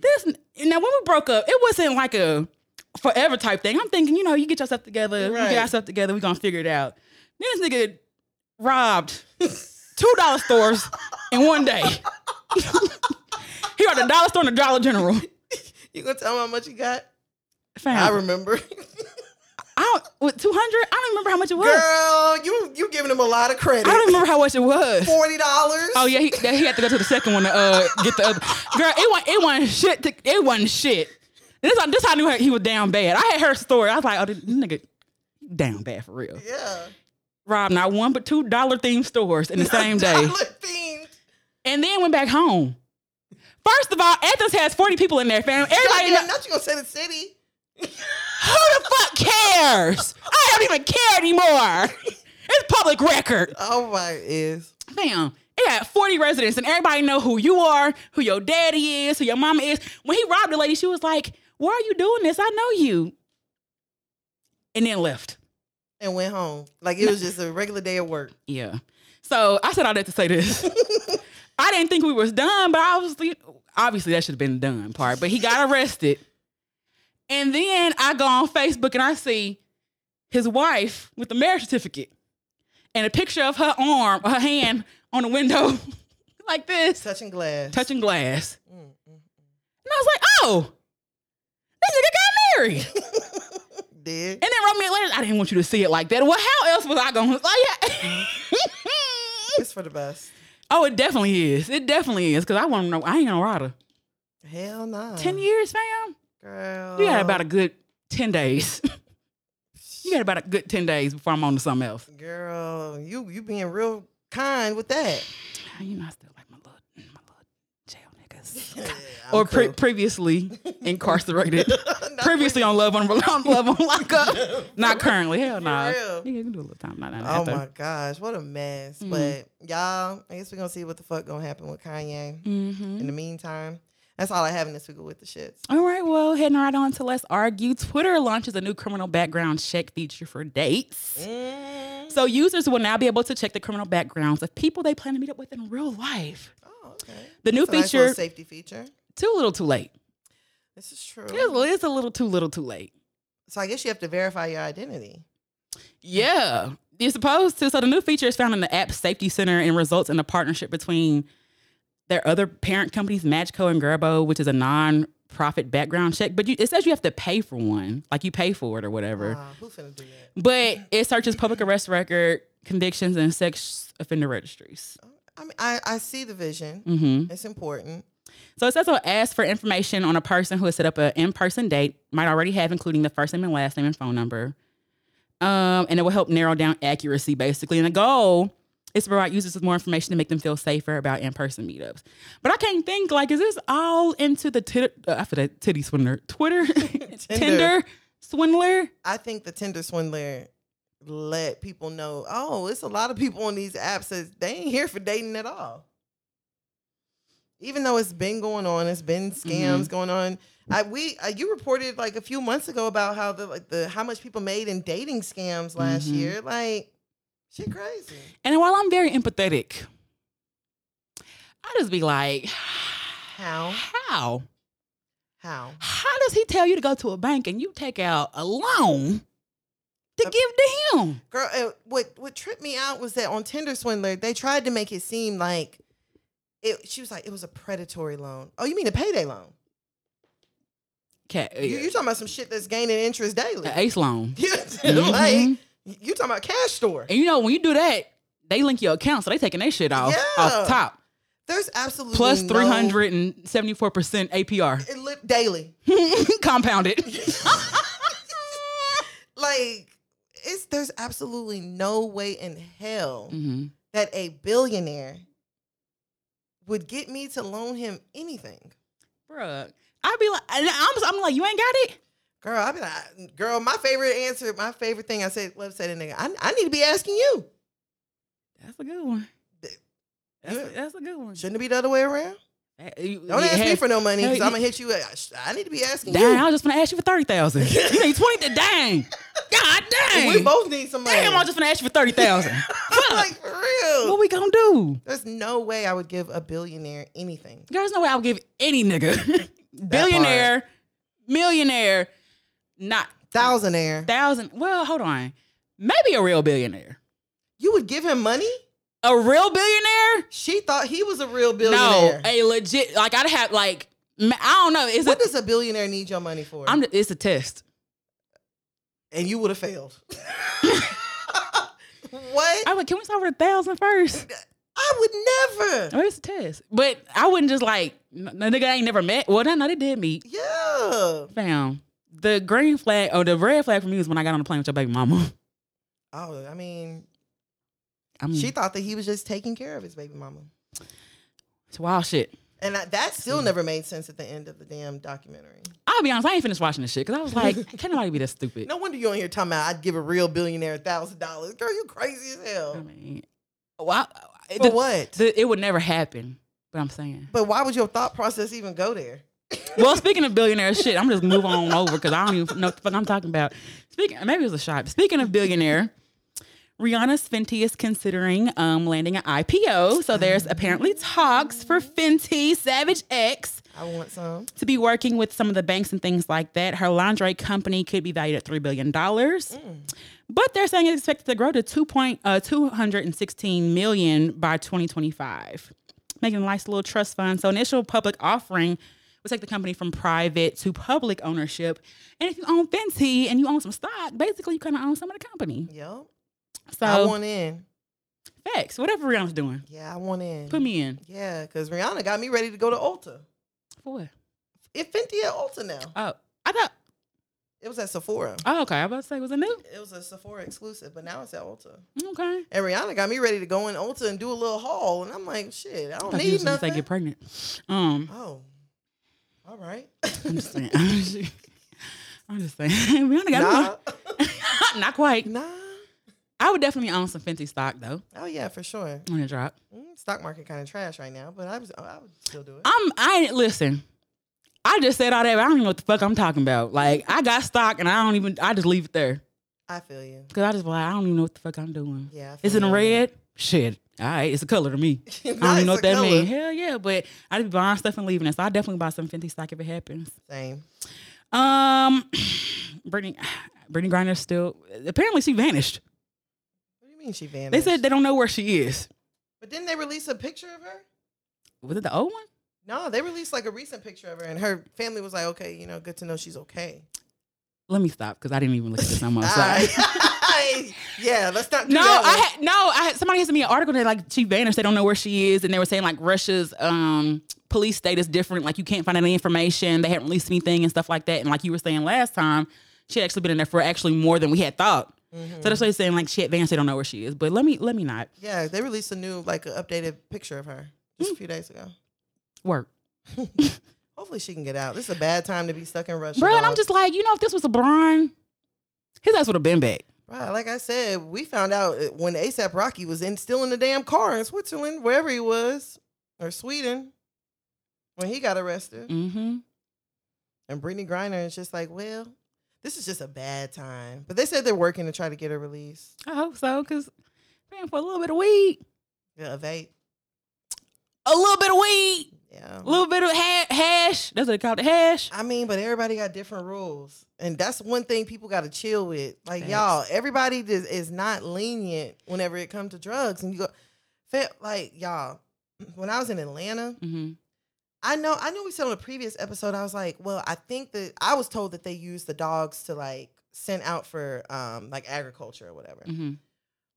this. Now when we broke up, it wasn't like a forever type thing. I'm thinking, you know, you get yourself together, we Right. get ourselves together, we gonna figure it out. Then this nigga robbed two dollar stores in one day. he robbed a dollar store and a Dollar General. You gonna tell him how much you got? found. I remember. I don't, two hundred. I don't remember how much it was. Girl, you you giving him a lot of credit. I don't remember how much it was. Forty dollars. Oh yeah, he, that- he had to go to the second one to uh, get the other. Girl, it wasn't it wasn't shit. To, it wasn't shit. This how this how I knew he was down bad. I had heard a story. I was like, oh, this nigga down bad for real. Yeah. Rob not one but two dollar themed stores in the same day, Dollar themed. and then went back home. First of all, Athens has forty people in their family. Everybody, Goddamn, kno- not you gonna say the city. who the fuck cares? I don't even care anymore. It's public record. Oh my is. Damn. It had 40 residents and everybody know who you are, who your daddy is, who your mama is. When he robbed the lady, she was like, Why are you doing this? I know you. And then left. And went home. Like it was just a regular day of work. Yeah. So I said all that to say this. I didn't think we was done, but I was obviously that should have been the done part. But he got arrested. And then I go on Facebook and I see his wife with the marriage certificate and a picture of her arm, her hand on the window like this. Touching glass. touching glass. Mm, mm. And I was like, oh, this nigga got married. And Did. then wrote me a letter. I didn't want you to see it like that. Well, how else was I going to? Like, yeah. It's for the best. oh, it definitely is. It definitely is. Because I want to know. I ain't no rider. Hell no. 10 years, fam? Girl. You had about a good 10 days. you had about a good 10 days before I'm on to something else. Girl, you you being real kind with that. You know, I still like my little, my little jail niggas. Yeah, I'm or pre- cool. previously incarcerated. Not previously on Love on, on Love on Lockup. pretty. Not currently. Hell For no. Nah. real. Nigga, you can do a little time. Not, not Oh after. my gosh, what a mess. Mhm. But y'all, I guess we're gonna see what the fuck gonna happen with Kanye. In Mhm. the meantime, that's all I have in this week with the shits. All right, well, heading right on to Let's Argue. Twitter launches a new criminal background check feature for dates. Mm. So users will now be able to check the criminal backgrounds of people they plan to meet up with in real life. oh, okay. The new It's a nice little feature, safety feature. too little too late. This is true. It's, it's a little too little too late. So I guess you have to verify your identity. Yeah. You're supposed to. So the new feature is found in the app Safety Center and results in a partnership between their other parent companies, Matchco and Gerbo, which is a non-profit background check. But you, it says you have to pay for one, like you pay for it or whatever. Wow, Uh, who finna do that? But it searches public arrest record, convictions, and sex offender registries. I mean, I, I see the vision. hmm It's important. So it's also asked for information on a person who has set up an in-person date, might already have, including the first name and last name and phone number. Um, and it will help narrow down accuracy, basically. And the goal is to provide users with more information to make them feel safer about in-person meetups. But I can't think like, is this all into the tit- uh, after that titty swindler Twitter Tinder. swindler? I think the Tinder swindler let people know, oh, it's a lot of people on these apps that they ain't here for dating at all. Even though it's been going on, it's been scams going on. I we uh, you reported like a few months ago about how the like the how much people made in dating scams last Mhm. year. Like shit crazy. And while I'm very empathetic, I just be like, How? how? How? How does he tell you to go to a bank and you take out a loan to Uh, give to him? Girl, uh, what what tripped me out was that on Tinder Swindler, they tried to make it seem like it. She was like, it was a predatory loan. Oh, you mean a payday loan? Cat, You, you talking about some shit that's gaining interest daily? a ace loan. like Mhm. you talking about cash store? And you know, when you do that, they link your account, so they taking their shit off Yeah. off top. There's absolutely Plus no- 374% APR. It li- daily. Compounded. like it's there's absolutely no way in hell Mhm. that a billionaire would get me to loan him anything. Bruh. I'd be like, and I'm, I'm like, you ain't got it? Girl, I be like, girl, my favorite answer, my favorite thing I said, love said, nigga, I, I need to be asking you. That's a good one. That's, Yeah. a, that's a good one. Shouldn't it be the other way around? That- you- Don't you ask me had- for no money because hey, I'm gonna hit you. I, I need to be asking Dang, you. I was just gonna ask you for thirty thousand. you need twenty to dang. God dang. We both need some money. Damn, I was just gonna ask you for thirty thousand. like for real. what we gonna do? There's no way I would give a billionaire anything. There's no way I'll give any nigga billionaire, millionaire, not Thousandaire. thousand. Well, hold on. Maybe a real billionaire. You would give him money? A real billionaire? She thought he was a real No, billionaire. a legit. Like I'd have like ma- I don't know. It's what a, does a billionaire need your money for? I'm, it's a test. and you would have failed. what? I would. Can we start with a thousand first? I would never. Oh, it's a test. But I wouldn't just like no no nigga I ain't never met. Well, no, no, they did meet. Yeah. Fam, the green flag or the red flag for me was when I got on the plane with your baby mama. Oh, I mean, I mean, she thought that he was just taking care of his baby mama, it's wild shit. and I, that still Hmm. never made sense at the end of the damn documentary. I'll be honest, I ain't finished watching this shit because I was like, can nobody be that stupid? No wonder you on here talking about I'd give a real billionaire a thousand dollars. Girl, you crazy as I hell. mean, well, I- For the- what? the- it would never happen. But I'm saying. but why would your thought process even go there? Well, speaking of billionaire shit, I'm just move on over because I don't even know what the fuck I'm talking about. Speaking, maybe it was a shot. Speaking of billionaire, Rihanna's Fenty is considering um, landing an IPO. So there's apparently talks for Fenty Savage X I want some. to be working with some of the banks and things like that. Her lingerie company could be valued at three billion dollars, Mm. but they're saying it's expected to grow to two point uh, two hundred and sixteen million by twenty twenty five, making a nice little trust fund. So initial public offering would take the company from private to public ownership. And if you own Fenty and you own some stock, basically you kind of own some of the company. Yep. I So want in. facts, whatever Rihanna's doing, Yeah, I want in. put me in Yeah, because Rihanna got me ready to go to Ulta. for what? It Fenty at Ulta now. Oh, I thought. It was at Sephora. Oh, okay. I was about to say was it new? It was a Sephora exclusive, but now it's at Ulta. Okay. And Rihanna got me ready to go in Ulta and do a little haul, and I'm like, shit, I I don't thought you need was gonna say nothing. get pregnant. Um. oh, all right. I'm just saying. I'm just, I'm just saying. Rihanna nah, got one. Not quite. nah. I would definitely own some Fenty stock though Oh yeah, for sure. on the drop. Mm, stock market kind of trash right now, but I was, oh, I would still do it. I'm. I listen. I just said all that. but I don't even know what the fuck I'm talking about. Like I got stock and I don't even. I just leave it there I feel you. because I just be like I don't even know what the fuck I'm doing. Yeah. I Is feel it in you. red? Shit. All right, it's a color to me. Nah, I don't even know it's what a that color. means. Hell yeah, but I just be buying stuff and leaving it. So I definitely buy some Fenty stock if it happens. Same. Um, Brittany, Brittany Griner's still apparently she vanished. What do you mean she vanished? They said they don't know where she is. but didn't they release a picture of her? Was it the old one? No, they released like a recent picture of her, and her family was like, okay, you know, good to know she's okay. Let me stop because I didn't even look at this. I'm All sorry. right. yeah, let's not. Do No, that one. I had, no, I had, somebody had sent me an article that like she vanished. They don't know where she is, and they were saying like Russia's um police state is different. Like you can't find any information. They haven't released anything and stuff like that. And like you were saying last time, she had actually been in there for actually more than we had thought. So that's why they're saying like she advanced. They don't know where she is. But let me let me not Yeah, they released a new, like, an updated picture of her just Hmm. a few days ago. work, Hopefully, she can get out. This is a bad time to be stuck in Russia. bro. And I'm dog. just like, you know, if this was a LeBron, his ass would have been back. Bruh, like I said, we found out uh, when ASAP Rocky was in still in the damn car in Switzerland, wherever he was, or Sweden, when he got arrested. Mm-hmm. And Brittany Griner is just like, well, this is just a bad time. But they said they're working to try to get her released. I hope so, cause man, for a little bit of weed, Yeah, evade. a little bit of weed. Yeah. A little bit of ha- hash. That's what they call it, hash. I mean, but everybody got different rules. And that's one thing people got to chill with. Like, Facts. y'all, everybody is, is not lenient whenever it comes to drugs. And you go, fe- like, y'all, when I was in Atlanta, Mm-hmm. I know I know we said on a previous episode, I was like, well, I think that I was told that they use the dogs to like send out for um like agriculture or whatever. Mm-hmm.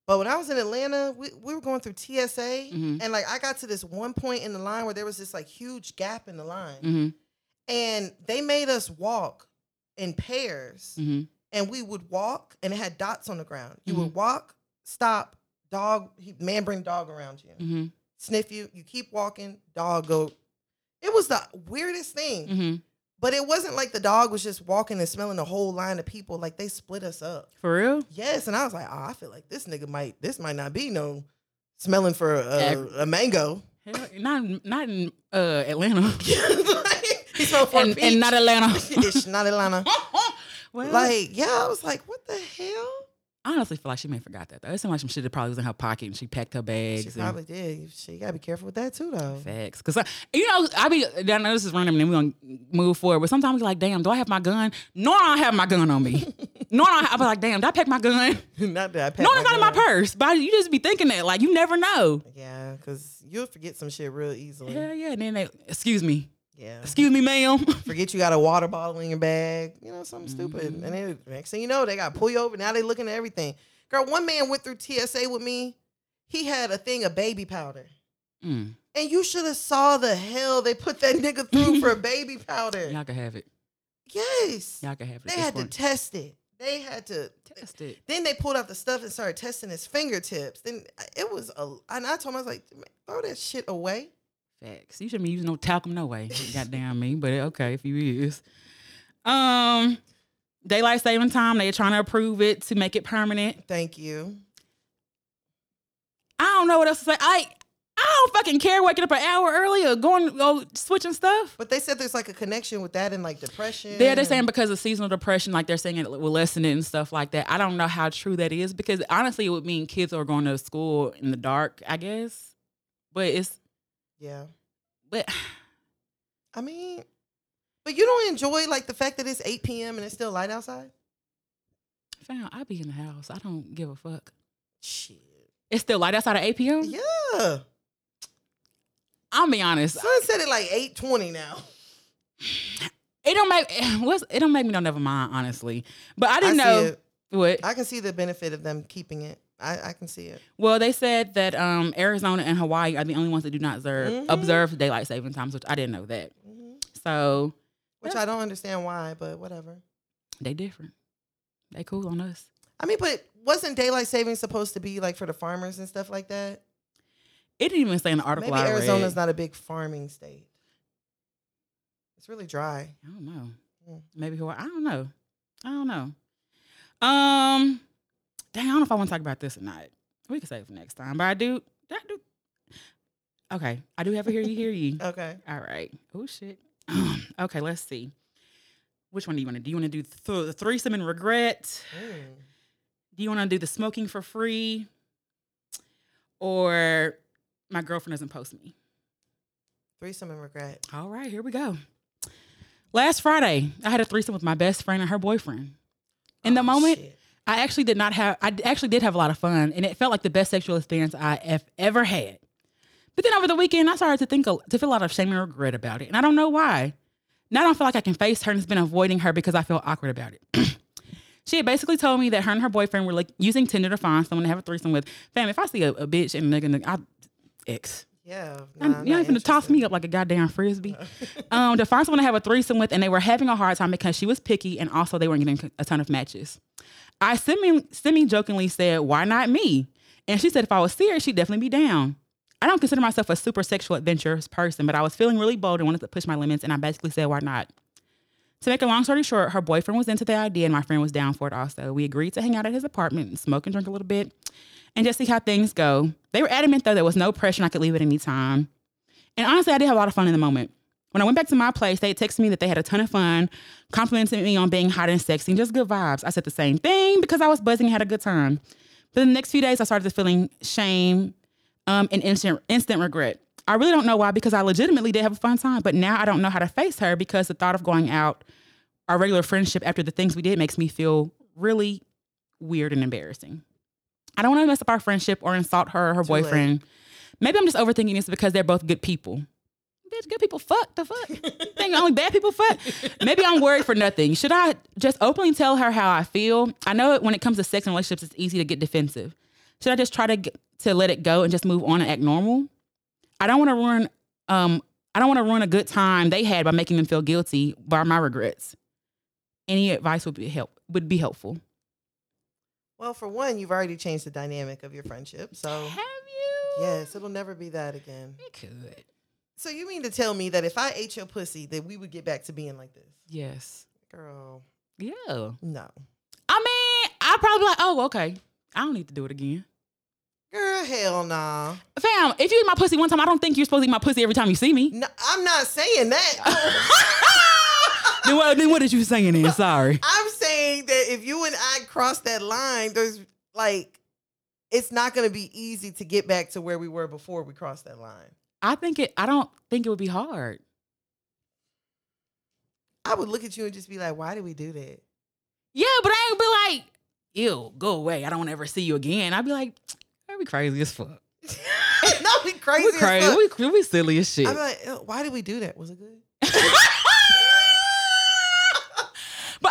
But when I was in Atlanta, we, we were going through TSA Mhm. and like I got to this one point in the line where there was this like huge gap in the line. Mm-hmm. And they made us walk in pairs Mm-hmm. and we would walk and it had dots on the ground. You Mhm. would walk, stop, dog, he, man bring dog around you. Mm-hmm. Sniff you, you keep walking, dog go. It was the weirdest thing. Mm-hmm. But it wasn't like the dog was just walking and smelling a whole line of people. Like they split us up. For real? Yes, and I was like, oh, I feel like this nigga might. This might not be no smelling for a, Ag- a mango. Hell, not in- not in uh, Atlanta. Like, he smelled for a and, peach. and not Atlanta. It's not Atlanta. well, like, like, yeah, I was like, what the hell? I honestly feel like she may have forgot that though. It seemed like some shit that probably was in her pocket and she packed her bags. She and- probably did. She gotta be careful with that too, though. Facts, cause I, you know I be. I know this is random, and then we gonna move forward. But sometimes we like, damn, do I have my gun? No, I don't have my gun on me. no, I, don't have, I be like, damn, did I pack my gun? not that I packed No, it's not in my gun. purse. But you just be thinking that, like, you never know. Yeah, because you'll forget some shit real easily. Hell yeah, and then they excuse me. Yeah. Excuse me, ma'am. Forget you got a water bottle in your bag. You know, something stupid. Mhm. And then next thing you know, they got to pull you over. Now they looking at everything. Girl, one man went through TSA with me. He had a thing of baby powder. Mm, And you should have saw the hell they put that nigga through for baby powder. y'all can have it. Yes. Y'all can have it. at They this had to point. test it. They had to. test it. Then they pulled out the stuff and started testing his fingertips. Then uh, it was a. And I told him I was like, "Man, throw that shit away. Facts. You shouldn't be using no talcum no way. Goddamn me. But okay, if you is. Um, daylight saving time. They're trying to approve it to make it permanent. Thank you. I don't know what else to say. I I don't fucking care waking up an hour early or going or switching stuff. But they said there's like a connection with that and like depression. They're, they're and- saying because of seasonal depression, like they're saying it will lessen it and stuff like that. I don't know how true that is because honestly, it would mean kids are going to school in the dark, I guess. But it's Yeah. but I mean, but you don't enjoy like the fact that it's 8 p.m. and it's still light outside? found I be in the house. I don't give a fuck. Shit. It's still light outside of 8 p.m. Yeah. I'll be honest. Sunset at like 8.20 now. It don't make what's it don't make me no never mind, honestly. But I didn't see know it. what I can see the benefit of them keeping it. I, I can see it. well they said that um Arizona and Hawaii are the only ones that do not observe Mhm. observe daylight saving times, which I didn't know that. Mhm. So Which I don't understand why, but whatever. they different. They cool on us. I mean, but wasn't daylight savings supposed to be like for the farmers and stuff like that? It didn't even say in the article. Maybe I read. Arizona's not a big farming state. It's really dry. I don't know. Mm. Maybe Hawaii. I don't know. I don't know. Um, dang, I don't know if I want to talk about this or not. We can save it for next time. But I do. I do. Okay, I do have a hear you hear you. Okay. All right. Oh shit. okay, let's see. Which one do you want to do? You want to do th- the threesome and regret? Mm. Do you want to do the smoking for free? Or my girlfriend doesn't post me. Threesome and regret. All right, here we go. Last Friday, I had a threesome with my best friend and her boyfriend. In the Oh, moment, shit. I actually did not have, I d- actually did have a lot of fun, and it felt like the best sexual experience I have ever had. But then over the weekend, I started to think, a, to feel a lot of shame and regret about it, and I don't know why. Now I don't feel like I can face her and has been avoiding her because I feel awkward about it. she had basically told me that her and her boyfriend were like using Tinder to find someone to have a threesome with. Fam, if I see a, a bitch and a nigga, I, ex. Yeah. I'm, nah, I'm you ain't not finna toss interested. me up like a goddamn frisbee. um, to find someone to have a threesome with, and they were having a hard time because she was picky, and also they weren't getting a ton of matches. I semi semi jokingly said, "Why not me?" And she said, "If I was serious, she'd definitely be down." I don't consider myself a super sexual adventurous person, but I was feeling really bold and wanted to push my limits, and I basically said, "Why not?" To make a long story short, her boyfriend was into the idea, and my friend was down for it. Also, we agreed to hang out at his apartment and smoke and drink a little bit, and just see how things go. They were adamant though there was no pressure, and I could leave at any time. And honestly, I did have a lot of fun in the moment. When I went back to my place, they had texted me that they had a ton of fun, complimented me on being hot and sexy and just good vibes. I said the same thing because I was buzzing and had a good time. But in the next few days, I started feeling shame um, and instant, instant regret. I really don't know why because I legitimately did have a fun time, but now I don't know how to face her because the thought of going out, our regular friendship after the things we did makes me feel really weird and embarrassing. I don't want to mess up our friendship or insult her or her Too late. boyfriend. Maybe I'm just overthinking this because they're both good people. Bitch, good people fuck the fuck. You think only bad people fuck? Maybe I'm worried for nothing. Should I just openly tell her how I feel? I know it- when it comes to sex and relationships, it's easy to get defensive. Should I just try to g- to let it go and just move on and act normal? I don't want to ruin um I don't want to ruin a good time they had by making them feel guilty by my regrets. Any advice would be help would be helpful. Well, for one, you've already changed the dynamic of your friendship. So, Have you? yes, it'll never be that again. It could. So, you mean to tell me that if I ate your pussy, that we would get back to being like this? Yes. Girl, Yeah. no. I mean, I probably like, oh, okay. I don't need to do it again. Girl, hell nah. Fam, if you eat my pussy one time, I don't think you're supposed to eat my pussy every time you see me. No, I'm not saying that. then, what, then what did you saying then? Sorry. I'm saying that if you and I cross that line, there's like, it's not going to be easy to get back to where we were before we crossed that line. I think it, I don't think it would be hard. I would look at you and just be like, why did we do that? Yeah, but I ain't be like, ew, go away. I don't ever see you again. I'd be like, that'd be crazy as fuck. no, we crazy. we as crazy. fuck. We, we silly as shit. I'm like, "Ew, why did we do that? Was it good? But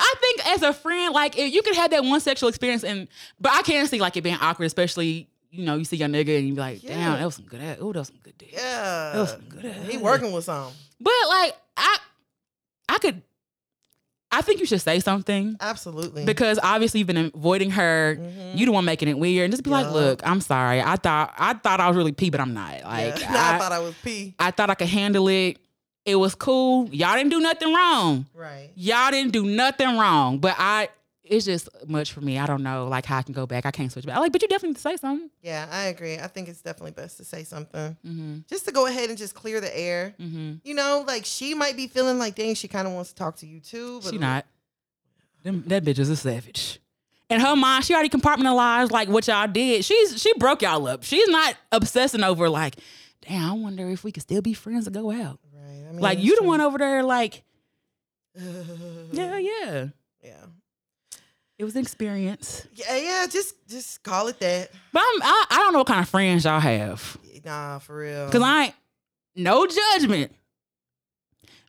I think as a friend, like if you could have that one sexual experience, and but I can see like it being awkward, especially you know you see your nigga and you be like, Yeah. damn, that was some good ass. Oh, that was some good dick. That was Yeah. some good ass. He working with some. But like I, I could, I think you should say something Absolutely. because obviously you've been avoiding her. Mhm. You the one making it weird, and just be Yeah. like, look, I'm sorry. I thought I thought I was really pee, but I'm not. Like Yeah. Nah, I, I, thought I was P. I thought I could handle it. It was cool. Y'all didn't do nothing wrong Right. y'all didn't do nothing wrong, but I it's just much for me. I don't know like how I can go back. I can't switch back. Like, but you definitely need to say something. Yeah, I agree. I think it's definitely best to say something. Mm-hmm. Just to go ahead and just clear the air. Mm-hmm. You know, like she might be feeling like dang, she kinda wants to talk to you too. But She not. Them, that bitch is a savage. In her mind, she already compartmentalized like what y'all did. She's she broke y'all up. She's not obsessing over like, damn. I wonder if we could still be friends and go out. Right. I mean, like that's you the true. one over there. Like yeah, yeah, yeah. yeah, It was an experience. yeah, yeah. Just, just call it that. But I'm, I I don't know what kind of friends y'all have. Nah, for real. Cause I ain't no judgment.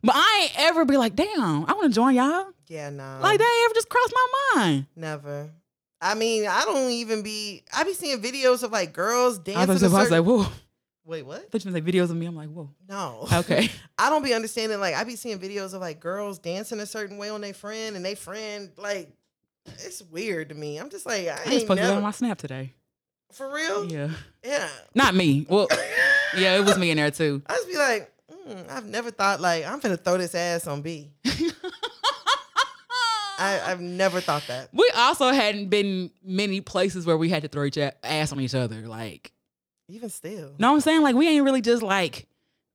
But I ain't ever be like, damn, I wanna join y'all. yeah, nah, Like that ain't ever just crossed my mind. Never. I mean, I don't even be. I be seeing videos of like girls I dancing. was, a I was certain- like, whoa. I Wait, what? thought you meant like videos of me. I'm like, whoa. No. Okay. I don't be understanding. Like, I be seeing videos of like girls dancing a certain way on their friend, and they friend like, it's weird to me. I'm just like, I, I just ain't posted that never. on my snap today. for real. Yeah. Yeah. Not me. Well, yeah, it was me in there too. I just be like, mm, I've never thought like I'm gonna throw this ass on B. I, I've never thought that. we also hadn't been many places where we had to throw each a- ass on each other. Like, Even still. know what I'm saying? Like, we ain't really just like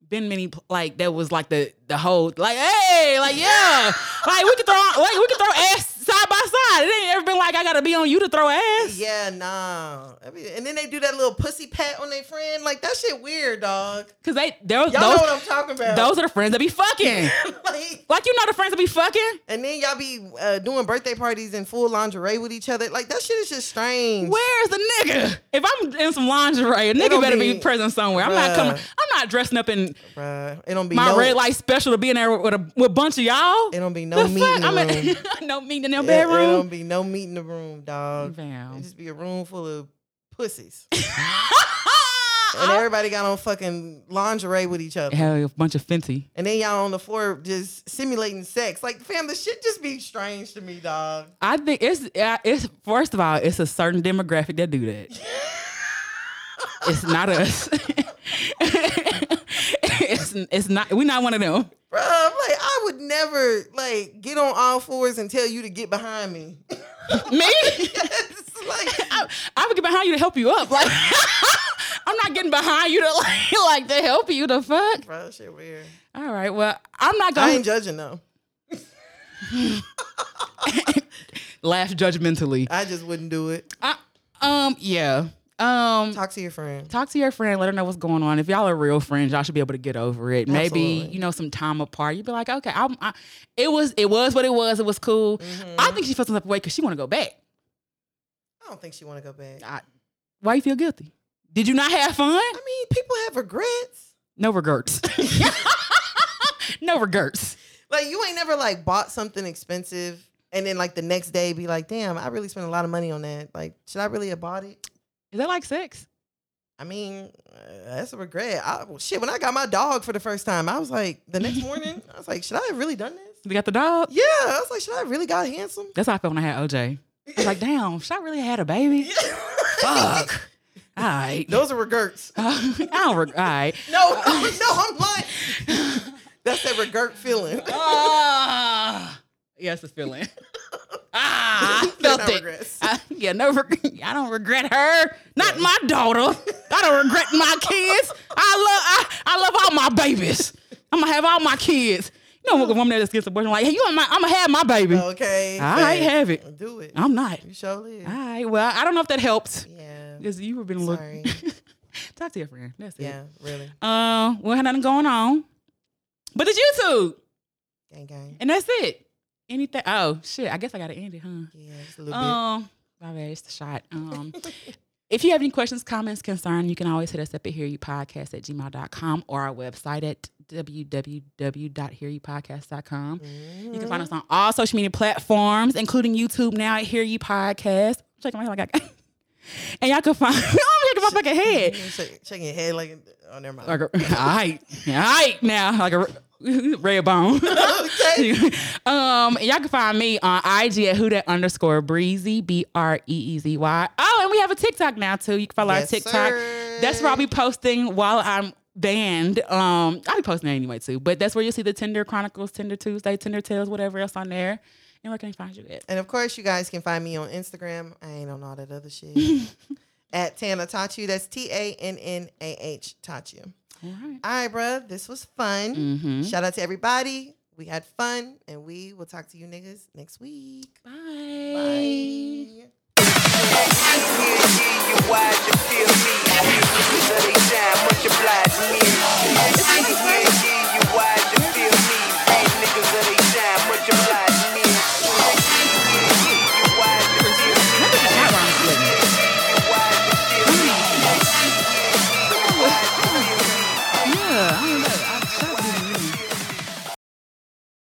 been many pl- like that was like the the whole like hey like yeah like we could throw like we could throw ass side by side. It ain't ever been like I gotta be on you to throw ass. Yeah, nah. I mean, and then they do that little pussy pat on their friend. Like that shit weird, dog. Cause they those Y'all know those, what I'm talking about. those are the friends that be fucking. like, like you know the friends that be fucking. and then y'all be uh, doing birthday parties in full lingerie with each other. Like that shit is just strange. Where's the nigga? If I'm in some lingerie, a nigga don't better be, be- present somewhere. I'm Bruh. not coming. I'm not dressing up in Bruh, it don't be my no. red light special to be in there with a with a bunch of y'all. It don't be The no fuck? meeting I'm room. in, no meeting in their It- it, bedroom. don't be no meeting the room, dog. Fam. It just be a room full of pussies, and and everybody got on fucking lingerie with each other. Ah! Hell, a bunch of Fenty. And then y'all on the floor just simulating sex. Like, fam, the shit just be strange to me, dog. I think it's uh, it's first of all, it's a certain demographic that do that. it's not us. it's it's not. We're not one of them. Bro, I'm like, I would never like get on all fours and tell you to get behind me. Me, it's like, I, I would get behind you to help you up. Like I'm not getting behind you to like, like to help you. The fuck. bro, shit weird. All right. Well, I'm not I going ain't to judging though. laugh judgmentally. I just wouldn't do it. I, um. Yeah. Um. Talk to your friend. talk to your friend, let her know what's going on. If y'all are real friends, y'all should be able to get over it. Maybe Absolutely. you know some time apart. You'd be like, okay, I'm, I, it was it was what it was. It was cool. I think she felt some type of way because she want to go back. Mm-hmm. I don't think she want to go back. I, why you feel guilty? Did you not have fun? I mean, people have regrets. No regrets. no regrets. Like, you ain't never like bought something expensive and then like the next day be like, damn, I really spent a lot of money on that. Like, should I really have bought it? Is that like sex? I mean, uh, that's a regret. I, well, shit, when I got my dog for the first time, I was like, the next morning, I was like, should I have really done this? You got the dog. Yeah, I was like, should I have really got handsome? That's how I felt when I had OJ. I was like, damn, should I really had a baby? Fuck. All right. Those are regrets. I don't. Reg- all right. No, no, I'm lying. That's that regret feeling. Ah, yes, it's feeling. ah, I No felt it. regrets. I, yeah, no, reg- I don't regret her. Not my daughter. I don't regret my kids. I love, I, I love all my babies. I'm gonna have all my kids. You know, a woman that just gets a boyfriend like, hey, you, on my, I'm gonna have my baby. Okay. All right, thanks. have it. Do it. I'm not. You sure live. All right. Well, I don't know if that helps. Yeah. Because you were being a little. Sorry. Talk to your friend. That's it. Yeah, really. Uh, we had nothing going on. But it's YouTube, Gang, gang. and that's it. Anything? Oh shit! I guess I gotta end it, huh? Yeah, just a little Um, my bad, it's the shot. Um, if you have any questions, comments, concern, you can always hit us up at hearyoupodcast at gmail.com or our website at www.hearyoupodcast.com. You can Mhm. find us on all social media platforms, including YouTube now at Hear You Podcast. I'm shaking my head like I And y'all can find I'm shaking my fucking head. Mhm, shake- shaking your head like oh never mind. Like a, all right. All right now. Like a r- red bone. okay. um, and y'all can find me on IG at who that underscore breezy, B R E E Z Y. Oh, and we have a TikTok now too. You can follow Yes, our TikTok. sir. That's where I'll be posting while I'm banned. Um, I'll be posting it anyway too, but that's where you'll see the Tinder Chronicles, Tinder Tuesday, Tinder Tales, whatever else on there. And where can they find you at? And of course, you guys can find me on Instagram. I ain't on all that other shit. At Tana Tachu. That's T A N N A H Tachu. All right. All right, bruh. This was fun. Mm-hmm. Shout out to everybody. We had fun, and we will talk to you niggas next week. Bye. Bye.